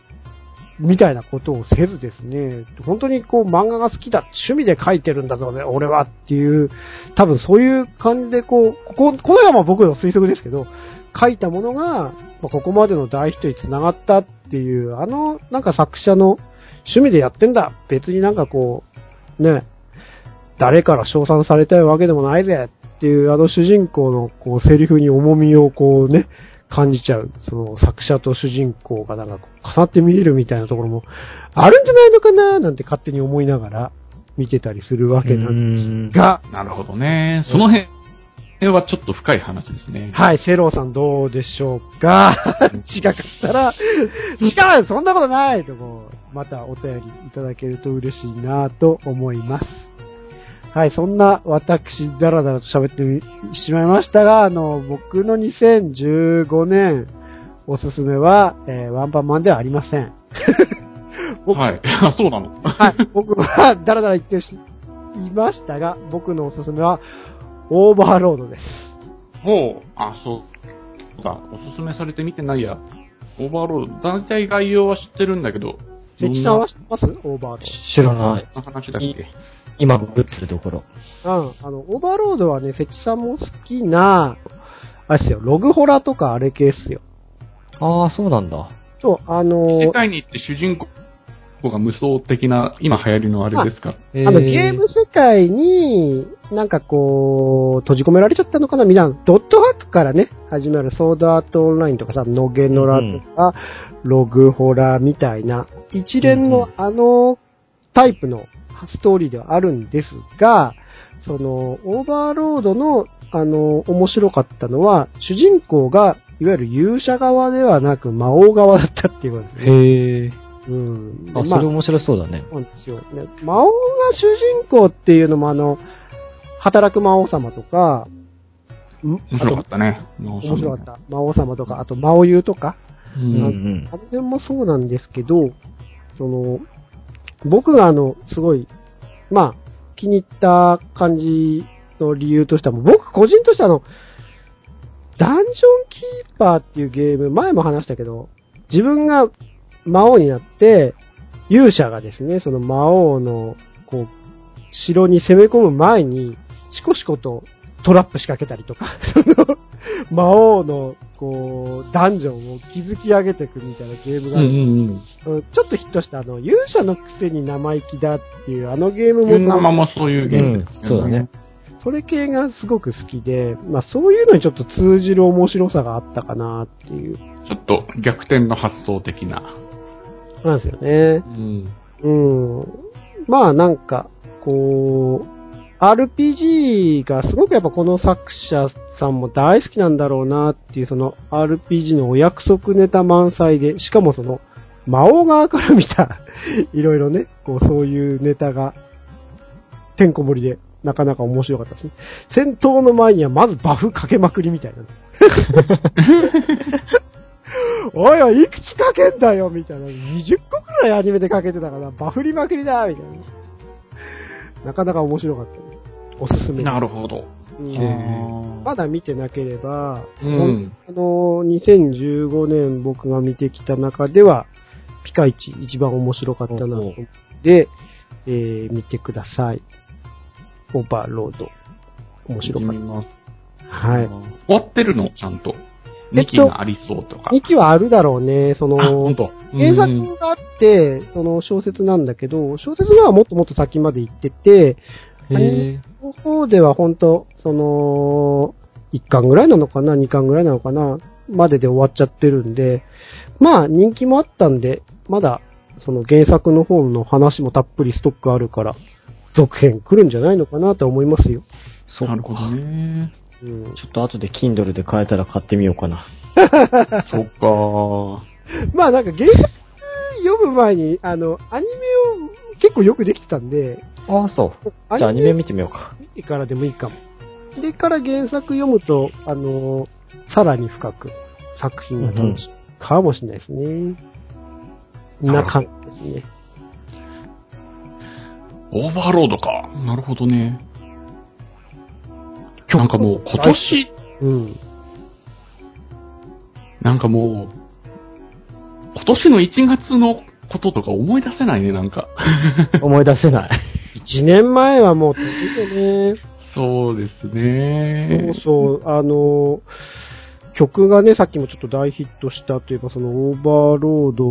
みたいなことをせずですね、本当にこう漫画が好きだ、趣味で書いてるんだぞ、俺はっていう、多分そういう感じでこう、こここの山は僕の推測ですけど、書いたものが、まあここまでの大ヒットに繋がったっていう、あの、なんか作者の趣味でやってんだ、別になんかこう、ね、誰から称賛されたいわけでもないぜっていう、あの主人公のこうセリフに重みをこうね、感じちゃう。その作者と主人公がなんかこう重なって見えるみたいなところもあるんじゃないのかななんて勝手に思いながら見てたりするわけなんですが、
なるほどね。その辺はちょっと深い話ですね。
はい、セローさんどうでしょうか違かったら、違うそんなことないとこう、またお便りいただけると嬉しいなと思います。はい、そんな私、だらだらと喋ってみしまいましたが、あの、僕の2015年おすすめは、えーワンパンマンではありません。僕
はい。あ、そうなの。
はい、僕はダラダラ言ってしいましたが、僕のおすすめは、オーバーロードです。
もう、あ、そう。そうだ、おすすめされて見てないや。オーバーロード、大体概要は知ってるんだけど、
関さんは知ってますオーバーロー
知らない。
どんな話だっけ
今、グッズるところ。
ド。うん、あの、オーバーロードはね、関さんも好きな、あれですよ、ログホラとかあれ系っすよ。
ああ、そうなんだ。
そう、あの
世界に行って主人公が無双的な、今流行りのあれですか。
あ
あの、ゲーム世界に、なんかこう、閉じ込められちゃったのかなみたいな。ドットハックからね、始まるソードアートオンラインとかさ、ノゲノラとか、ログホラみたいな、一連
うん
のあのタイプのストーリーではあるんですが、その、オーバーロードの、あの、面白かったのは、主人公が、いわゆる勇者側ではなく、魔王側だったっていうことですね。
へえ。
うん。
あ、そ
ま
れ面白そうだね。
そうなんですよ。ね、魔王が主人公っていうのも、あの、働く魔王様とか、ん
面白かったね。面
あと面白かった。魔王様とか、あと魔王優とか、
う
うんんう
うん
ん
あ。の辺もそうなんですけど、その、僕があの、すごい、まあ、気に入った感じの理由としては、もう僕個人としてはあの、ダンジョンキーパーっていうゲーム、前も話したけど、自分が魔王になって、勇者がですね、その魔王の、こう、城に攻め込む前に、しこしことトラップ仕掛けたりとか、 その、魔王の、こう、ダンジョンを築き上げていくみたいなゲーム
う
がある、
ん
うんちょっとヒットした、あの、勇者のくせに生意気だっていう、あのゲーム
うん。
も
みんなままそういうゲームですよ
そうだね。。
それ系がすごく好きで、まあそういうのにちょっと通じる面白さがあったかなっていう、
ちょっと逆転の発想的な。
なんですよね。
うん。
うん。まあなんか、こう、RPG がすごくやっぱこの作者さんも大好きなんだろうなっていう、その RPG のお約束ネタ満載で、しかもその、魔王側から見た、いろいろね、こうそういうネタが、てんこ盛りで、なかなか面白かったですね。戦闘の前にはまずバフかけまくりみたいな。おいおい、いくつかけんだよみたいな。20個くらいアニメでかけてたから、バフりまくりだみたいな。なかなか面白かったね。おすすめ。
なるほど。
うん
へー
まだ見てなければ、
うん。
あの、2015年僕が見てきた中では、ピカイチ一番面白かったなと思って、えー、見てください。オーバーロード。面白かっ。
った
はい。
終わってるのちゃんと。
えっと
2期がありそうとか。
2期はあるだろうね。そ
あ、
の
ほん、と。
原作があって、その小説なんだけど、小説ではもっともっと先まで行ってて、
へえ。
ここでは本当その、1巻ぐらいなのかな、2巻ぐらいなのかな、までで終わっちゃってるんで、まあ人気もあったんで、まだその原作の方の話もたっぷりストックあるから、続編来るんじゃないのかなと思いますよ。
そ
うんな
う
るほど
か。
ね。
うん、
ちょっと後で Kindle で買えたら買ってみようかな。
そっか
まあなんか原作読む前に、あの、アニメを結構よくできてたんで、
ああ、そう。じゃあアニメ見てみようか。
見てからでもいいかも。でから原作読むと、あのーさらに深く作品が楽しいかもしれないですね。
うん
な感じですね。
オーバーロードか。なるほどね。なんかもう今年、
うん。
なんかもう、今年の1月のこととか思い出せないね、な んか。
思い出せない。
1年前はもう、ね、
そうです
そ
ね
う。そう、あの、曲がね、さっきもちょっと大ヒットしたといえば、そのオーバーロード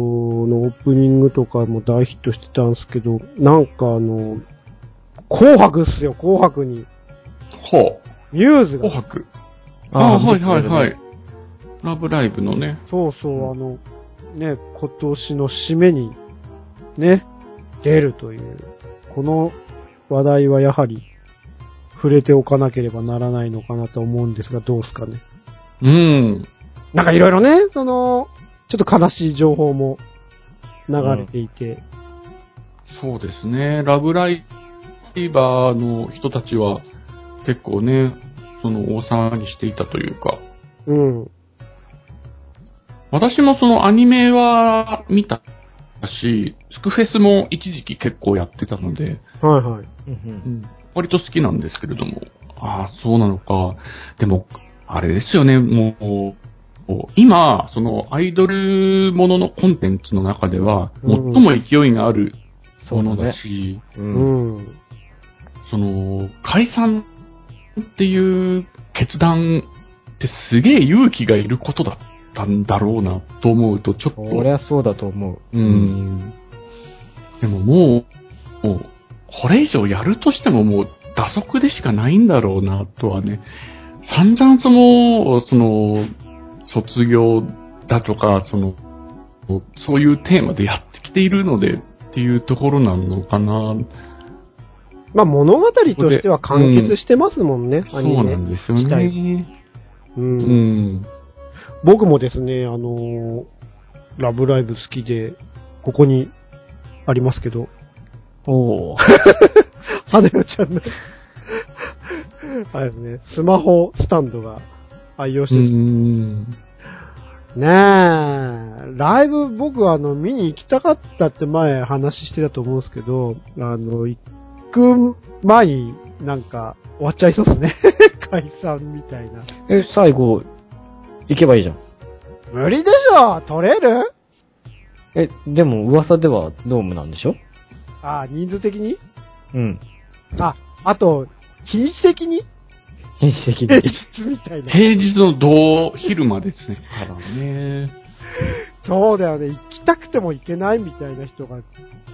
のオープニングとかも大ヒットしてたんですけど、なんかあの、紅白っすよ、紅白に。
ほ
ミューズ
う。
が。
紅白。ああ、はいはいは
で
い。ラブライブのね。
そうそう、あの、ね、今年の締めに、ね、出るという、この話題はやはり、触れておかなければならないのかなと思うんですが、どうですかね。
うん。
なんかいろいろね、その、ちょっと悲しい情報も流れていて、
そうですね。ラブライバーの人たちは結構ね、その大騒ぎしていたというか。
うん。
私もそのアニメは見たし、スクフェスも一時期結構やってたので、
はいはい。
すねうん
割と好きなんですけれども。ああ、そうなのか。でも、あれですよね、もう、今、そのアイドルもののコンテンツの中では、
うん
最も勢いがある
そ
も
う
の
だ
だ
ね。
し、
う。
うんん。
その、解散っていう決断ってすげえ勇気がいることだったんだろうなと思うと、ちょっと。
そりゃそうだと思う。
うん。でももう、もう、これ以上やるとしてももう打足でしかないんだろうな、とはね。散々その、その、卒業だとか、その、そういうテーマでやってきているのでっていうところなのかな。
まあ物語としては完結してますもんね、
そ
アニメ。
うなんですよ
期待
ね。
うん
うん。
僕もですね、あのーラブライブ好きで、ここにありますけど、
おお。
花代ちゃんの、 あれですね、スマホスタンドが愛用し
う
てる、
ん。
ねえ、ライブ僕はあの見に行きたかったって前話してたと思うんですけど、あの、行く前になんか終わっちゃいそうですね。 解散みたいな。
え、最後、行けばいいじゃん。
無理でしょ取れる
え、でも噂ではドームなんでしょ
あ、人数的に
うん。
あ、あと、日にち的に
変身的
平
に
日。みたいな。
平日の同昼間ですね。からね。
そうだよね。行きたくても行けないみたいな人が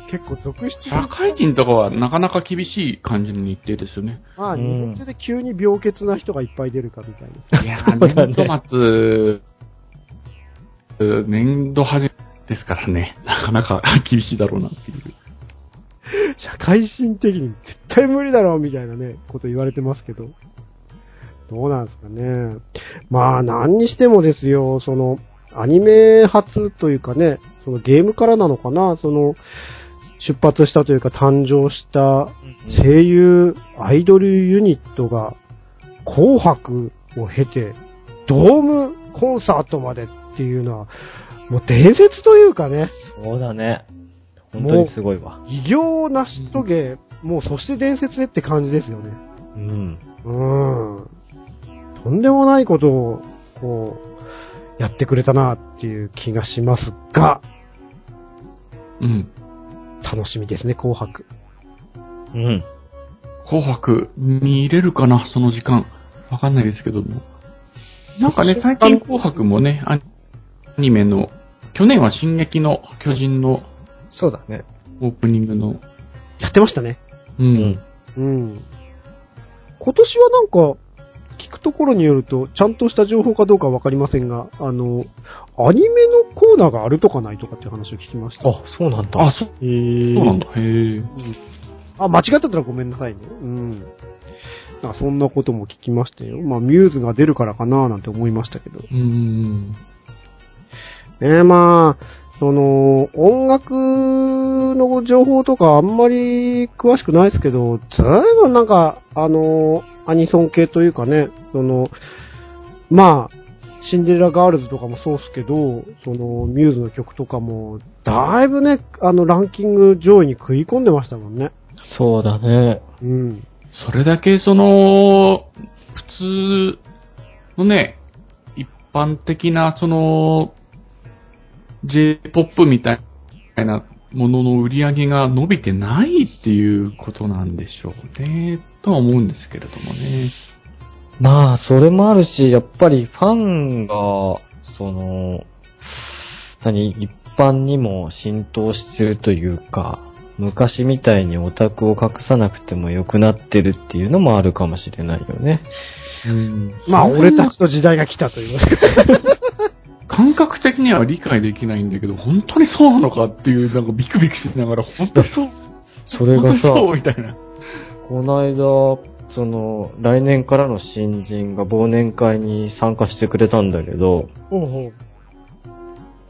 結構続出してる
社会人とかはなかなか厳しい感じの日程ですよね。
まあ、
うん
日本中で急に病欠な人がいっぱい出るかみたいな。
いや
そうだ
ー、
ね
年度末、うー年度始めですからね、なかなか厳しいだろうなっていう。
社会人的に絶対無理だろうみたいなね、こと言われてますけど。どうなんですかね。まあ、何にしてもですよ、その、アニメ初というかね、そのゲームからなのかな、その、出発したというか誕生した声優、アイドルユニットが、紅白を経て、ドームコンサートまでっていうのは、もう伝説というかね。
そうだね。本当にすごいわ。
偉業を成し遂げ、もうそして伝説へって感じですよね。
うん。
うん。とんでもないことを、こう、やってくれたなっていう気がしますが、
うん。
楽しみですね、紅白。
うん。
紅白見れるかな、その時間。わかんないですけども。なんかね、最近紅白もね、アニメの、去年は進撃の巨人の
そうだね。
オープニングの、
やってましたね。
う。。
うん
うん。今年はなんか、聞くところによると、ちゃんとした情報かどうかわかりませんが、あの、アニメのコーナーがあるとかないとかっていう話を聞きました。
あ、そうなんだ。
あ、そう
へ
そうなんだ。へえ。
あ、間違ってたらごめんなさいね。うん。なんかそんなことも聞きましたよ。まあ、ミューズが出るからかななんて思いましたけど。ね
うん。
え、まあ、その、音楽の情報とかあんまり詳しくないですけど、ずいぶんなんか、あの、アニソン系というかね、その、まあ、シンデレラガールズとかもそうっすけど、その、ミューズの曲とかも、だいぶね、あの、ランキング上位に食い込んでましたもんね。
そうだね。
うん。
それだけその、普通のね、一般的なその、J-POP みたいたいなものの売り上げが伸びてないっていうことなんでしょうね、とは思うんですけれどもね。
まあ、それもあるし、やっぱりファンが、その、何、一般にも浸透してるというか、昔みたいにオタクを隠さなくても良くなってるっていうのもあるかもしれないよね。
まあ、俺たちの時代が来たという。
感覚的には理解できないんだけど、本当にそうなのかっていう、なんかビクビクしながら、本当そう、
それが
本当
さ、
そうみたいな。
こないだ、その、来年からの新人が忘年会に参加してくれたんだけど、
ほうほう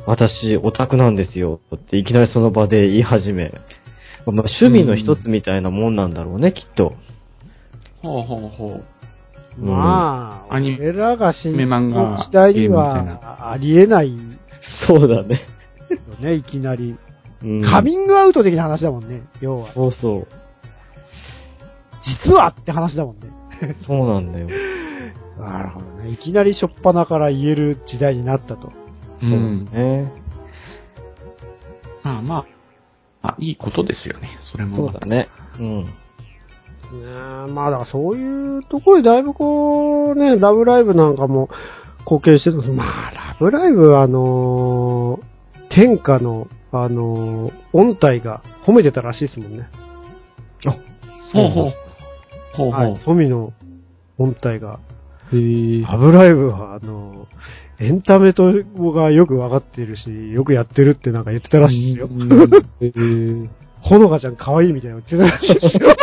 私、オタクなんですよ、っていきなりその場で言い始め、まあ、趣味の一つみたいなもんなんだろうね、きっと。
ほうほうほう。
うん
まあ、
アニメ
俺らが新
アニメ漫画
時代に
ゲームみた
はありえないよ
そうだね。
ね、いきなり。
うん
カミングアウト的な話だもんね、要は。
そうそう。
実はって話だもんね。
そうなんだよ。
なるほどね。いきなり初っ端から言える時代になったと。
う。
そうんね。
まあまあ、あ、いいことですよね、それも。
そうだね。うん。
ねえまあだからそういうところでだいぶこう、ね、ラブライブなんかも貢献してるんですけどまあ、ラブライブはあのー天下の、あのー音体が褒めてたらしいですもんね。
ほうほう。ほうほう。
はい。富の音体が。
へー
ラブライブは、あのーエンタメとがよくわかってるし、よくやってるってなんか言ってたらしいですよ。
うん
ほのかちゃん可愛いみたいなの言ってたらしいですよ。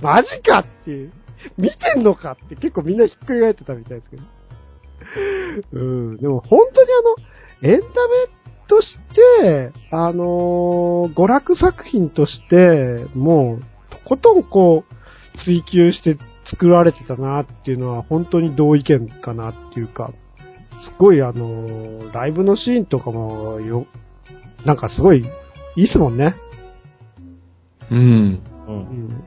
マジかっていう。見てんのかって結構みんなひっくり返ってたみたいですけど。うん。でも本当にあの、エンタメとして、あのー娯楽作品として、もう、とことんこう、追求して作られてたなっていうのは本当に同意見かなっていうか、すごいあのーライブのシーンとかもよ、なんかすごいいいっすもんね。
うん。
う。
うんん。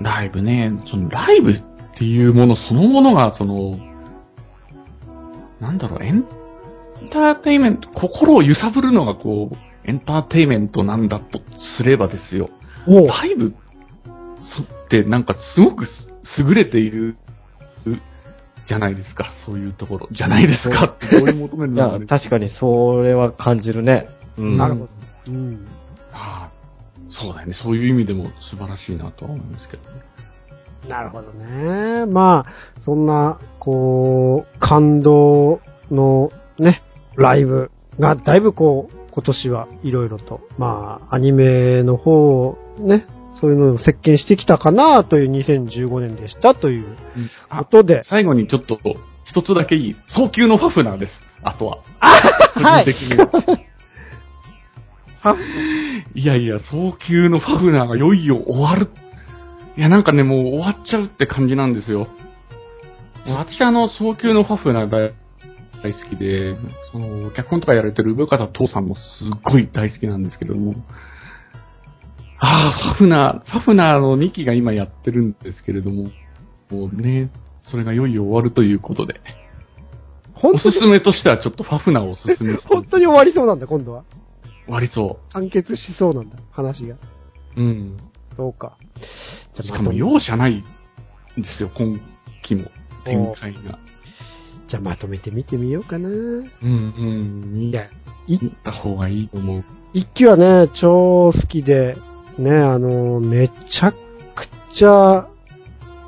ライブね、そのライブっていうものそのものが、その、なんだろう、エンターテイメント、心を揺さぶるのがこう、エンターテイメントなんだとすればですよ。
おう
ライブそってなんかすごくす優れている、じゃないですか、そういうところ。じゃないですかって追い求 める
い
のがあ
や
る、。
確かにそれは感じるね。うん。
なるほど。うん。
ああそうだよね。そういう意味でも素晴らしいなとは思いますけどね。
なるほどね。まあ、そんな、こう、感動のね、ライブがだいぶこう、今年はいろいろと、まあ、アニメの方をね、そういうのを席巻してきたかなという2015年でしたというこ
あ
とで、
最後にちょっと、一つだけいい。早急のファフナーです。あとは。
はい
個人的には いやいや、早急のファフナーがいよいよ終わる。いや、なんかね、もう終わっちゃうって感じなんですよ。私、あの、早急のファフナー大大好きで、その、脚本とかやられてる部方父さんもすっごい大好きなんですけども、ああ、ファフナー、ファフナーの2期が今やってるんですけれども、もうね、それがいよいよ終わるということで、
本
お
当
すす
に、
めとしてはちょっとファフナーをおすすめして、
本当に終わりそうなんだ、今度は。
割そ
完結しそうなんだ、話が。
う。うん。
そうか。
しかも容赦ないんですよ、今期も。展開が。
じゃあまとめて見てみようかな。
うんうん。見
いや、
た方がいいと思う。
一期はね、超好きで、ね、あの、めちゃくちゃ、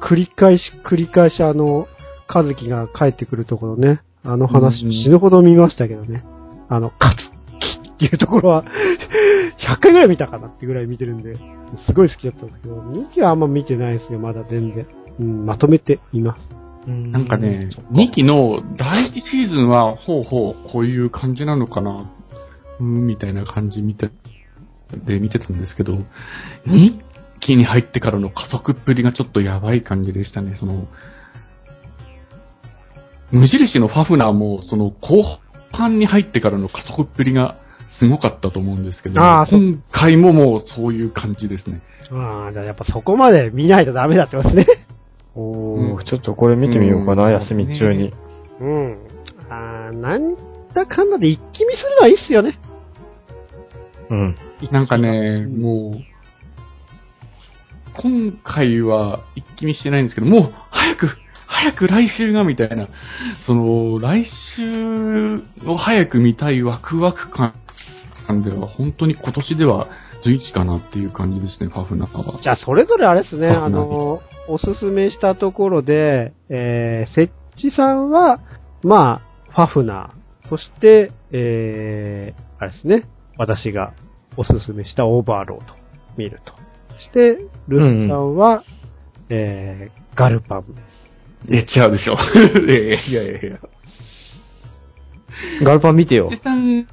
繰り返し繰り返しあの、和樹が帰ってくるところね、あの話
うんうん
死ぬほど見ましたけどね。あの、勝つっていうところは、100回ぐらい見たかなってぐらい見てるんで、すごい好きだったんですけど、2期はあんま見てないですよ、まだ全然。うん、まとめています。
なんかね、2期の第1シーズンは、ほうほう、こういう感じなのかな、うん、みたいな感じ見て、で見てたんですけど、2期に入ってからの加速っぷりがちょっとやばい感じでしたね、その、無印のファフナーも、その、後半に入ってからの加速っぷりがすごかったと思うんですけど、
あーそう
今回ももうそういう感じですね。
ああ、じゃあやっぱそこまで見ないとダメだってますね。
お
う
ー
ん
ちょっとこれ見てみようかな、
うん
休み中に。
うん。あー何だかんだで一気見するのはいいっすよね。
うん。
なんかね、もう、今回は一気見してないんですけど、もう早く、早く来週がみたいな、その、来週を早く見たいワクワク感では、本当に今年では随一かなっていう感じですね、パフナーは。
じゃあ、それぞれあれですね、
あ
あの、おすすめしたところで、えー、設置さんは、まあ、ファフナー、そして、えー、あれですね、私がおすすめしたオーバーロード、見ると。そして、ルスさんは、えー、ガルパム。
え、違うでしょ。 ええいやいやいや。
ガルパン見てよ
おじ。さん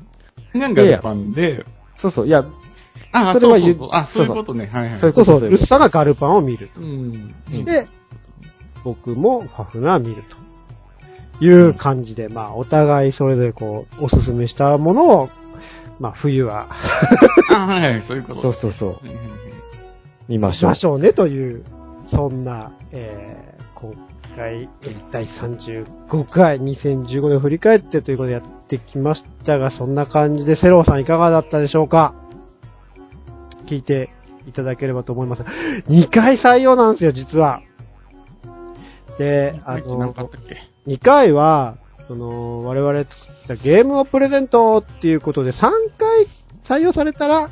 がガルパンで、
そうそう。いや、
ああ、
そ
そ
れ
う
は
そう
言う
そう。あ、そういうことね。はいはい。
そうい
そ
うこ
うそ
と
う、
で
ルスさんがガルパンを見ると。
うん。
で、僕もファフナー見るという感じで、まあ、お互いそれぞれこう、おすすめしたものを、まあ、冬は、
あはいはい、そういうこと。
そうそうそう。
はいはいはい
見ましょう
ま。しょうねという、そんな、えー、今回、えー第35回、2015年を振り返ってということでやってきましたが、そんな感じで、セローさんいかがだったでしょうか聞いていただければと思います。2回採用なんですよ、実は。で、あ
はいなん
の
かあ、ったっけ
2回は、その、我々作ったゲームをプレゼントっていうことで、3回採用されたら、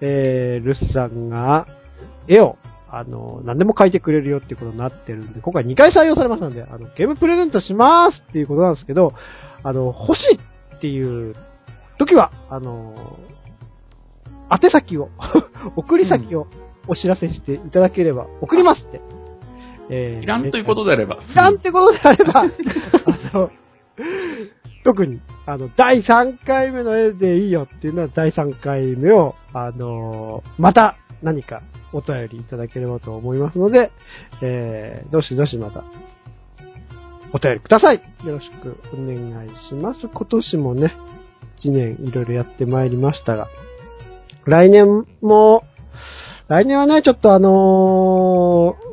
えー、ルスさんが絵を、あの、何でも描いてくれるよっていうことになってるんで、今回2回採用されましたんで、あの、ゲームプレゼントしますっていうことなんですけど、あの、欲しいっていう時は、あの、宛先を、 送り先をお知らせしていただければ、送りますって。えー
いらんということであれば。
いらんってことで あれば、あの、特に、あの、第3回目の絵でいいよっていうのは、第3回目を、あのーまた何かお便りいただければと思いますので、えー、どしどしまた、お便りくださいよろしくお願いします。今年もね、1年いろいろやってまいりましたが、来年も、来年はね、ちょっとあのー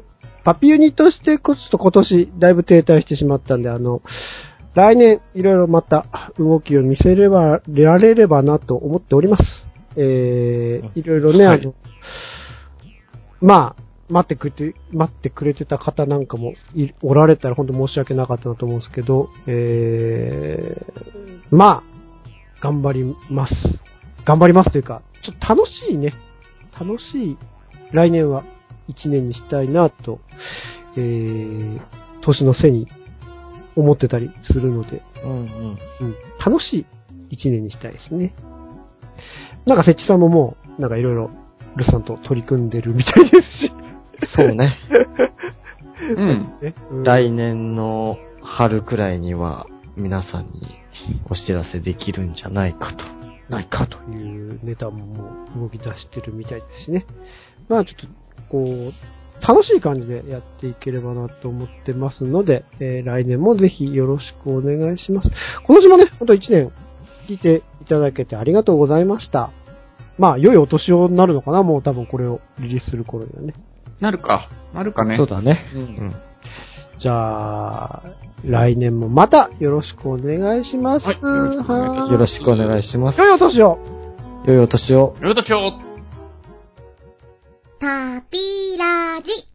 パピユニとして、こちょっと今年、だいぶ停滞してしまったんで、あの、来年、いろいろまた、動きを見せれば、られればなと思っております。えー、いろいろね、
は
あ
い
の、まあ、待ってくれて、待ってくれてた方なんかもいおられたら本当申し訳なかったなと思うんですけど、えー、まあ、頑張ります。頑張りますというか、ちょっと楽しいね。楽しい来年は一年にしたいなと、えー、年の瀬に思ってたりするので、
うん
うん、楽しい一年にしたいですね。なんか、設置さんももう、なんかいろいろ、ルスさんと取り組んでるみたいですし。
そうね。
うん。
ねうん
来年の春くらいには皆さんにお知らせできるんじゃないかと。
ないかというネタももう動き出してるみたいですしね。まあちょっと、こう、楽しい感じでやっていければなと思ってますので、えー来年もぜひよろしくお願いします。今年もね、ほんと1年聞いていただけてありがとうございました。まあ、良いお年をになるのかな、もう多分これをリリースする頃にはね。
なるか。なるかね。
そうだね。
う。
うんん。
じゃあ、来年もまたよろしくお願いします。
はいよろしくお願いいたします
よろしくお願いします。
良いお年を
良いお年を。
よいとしょう
パピラジ。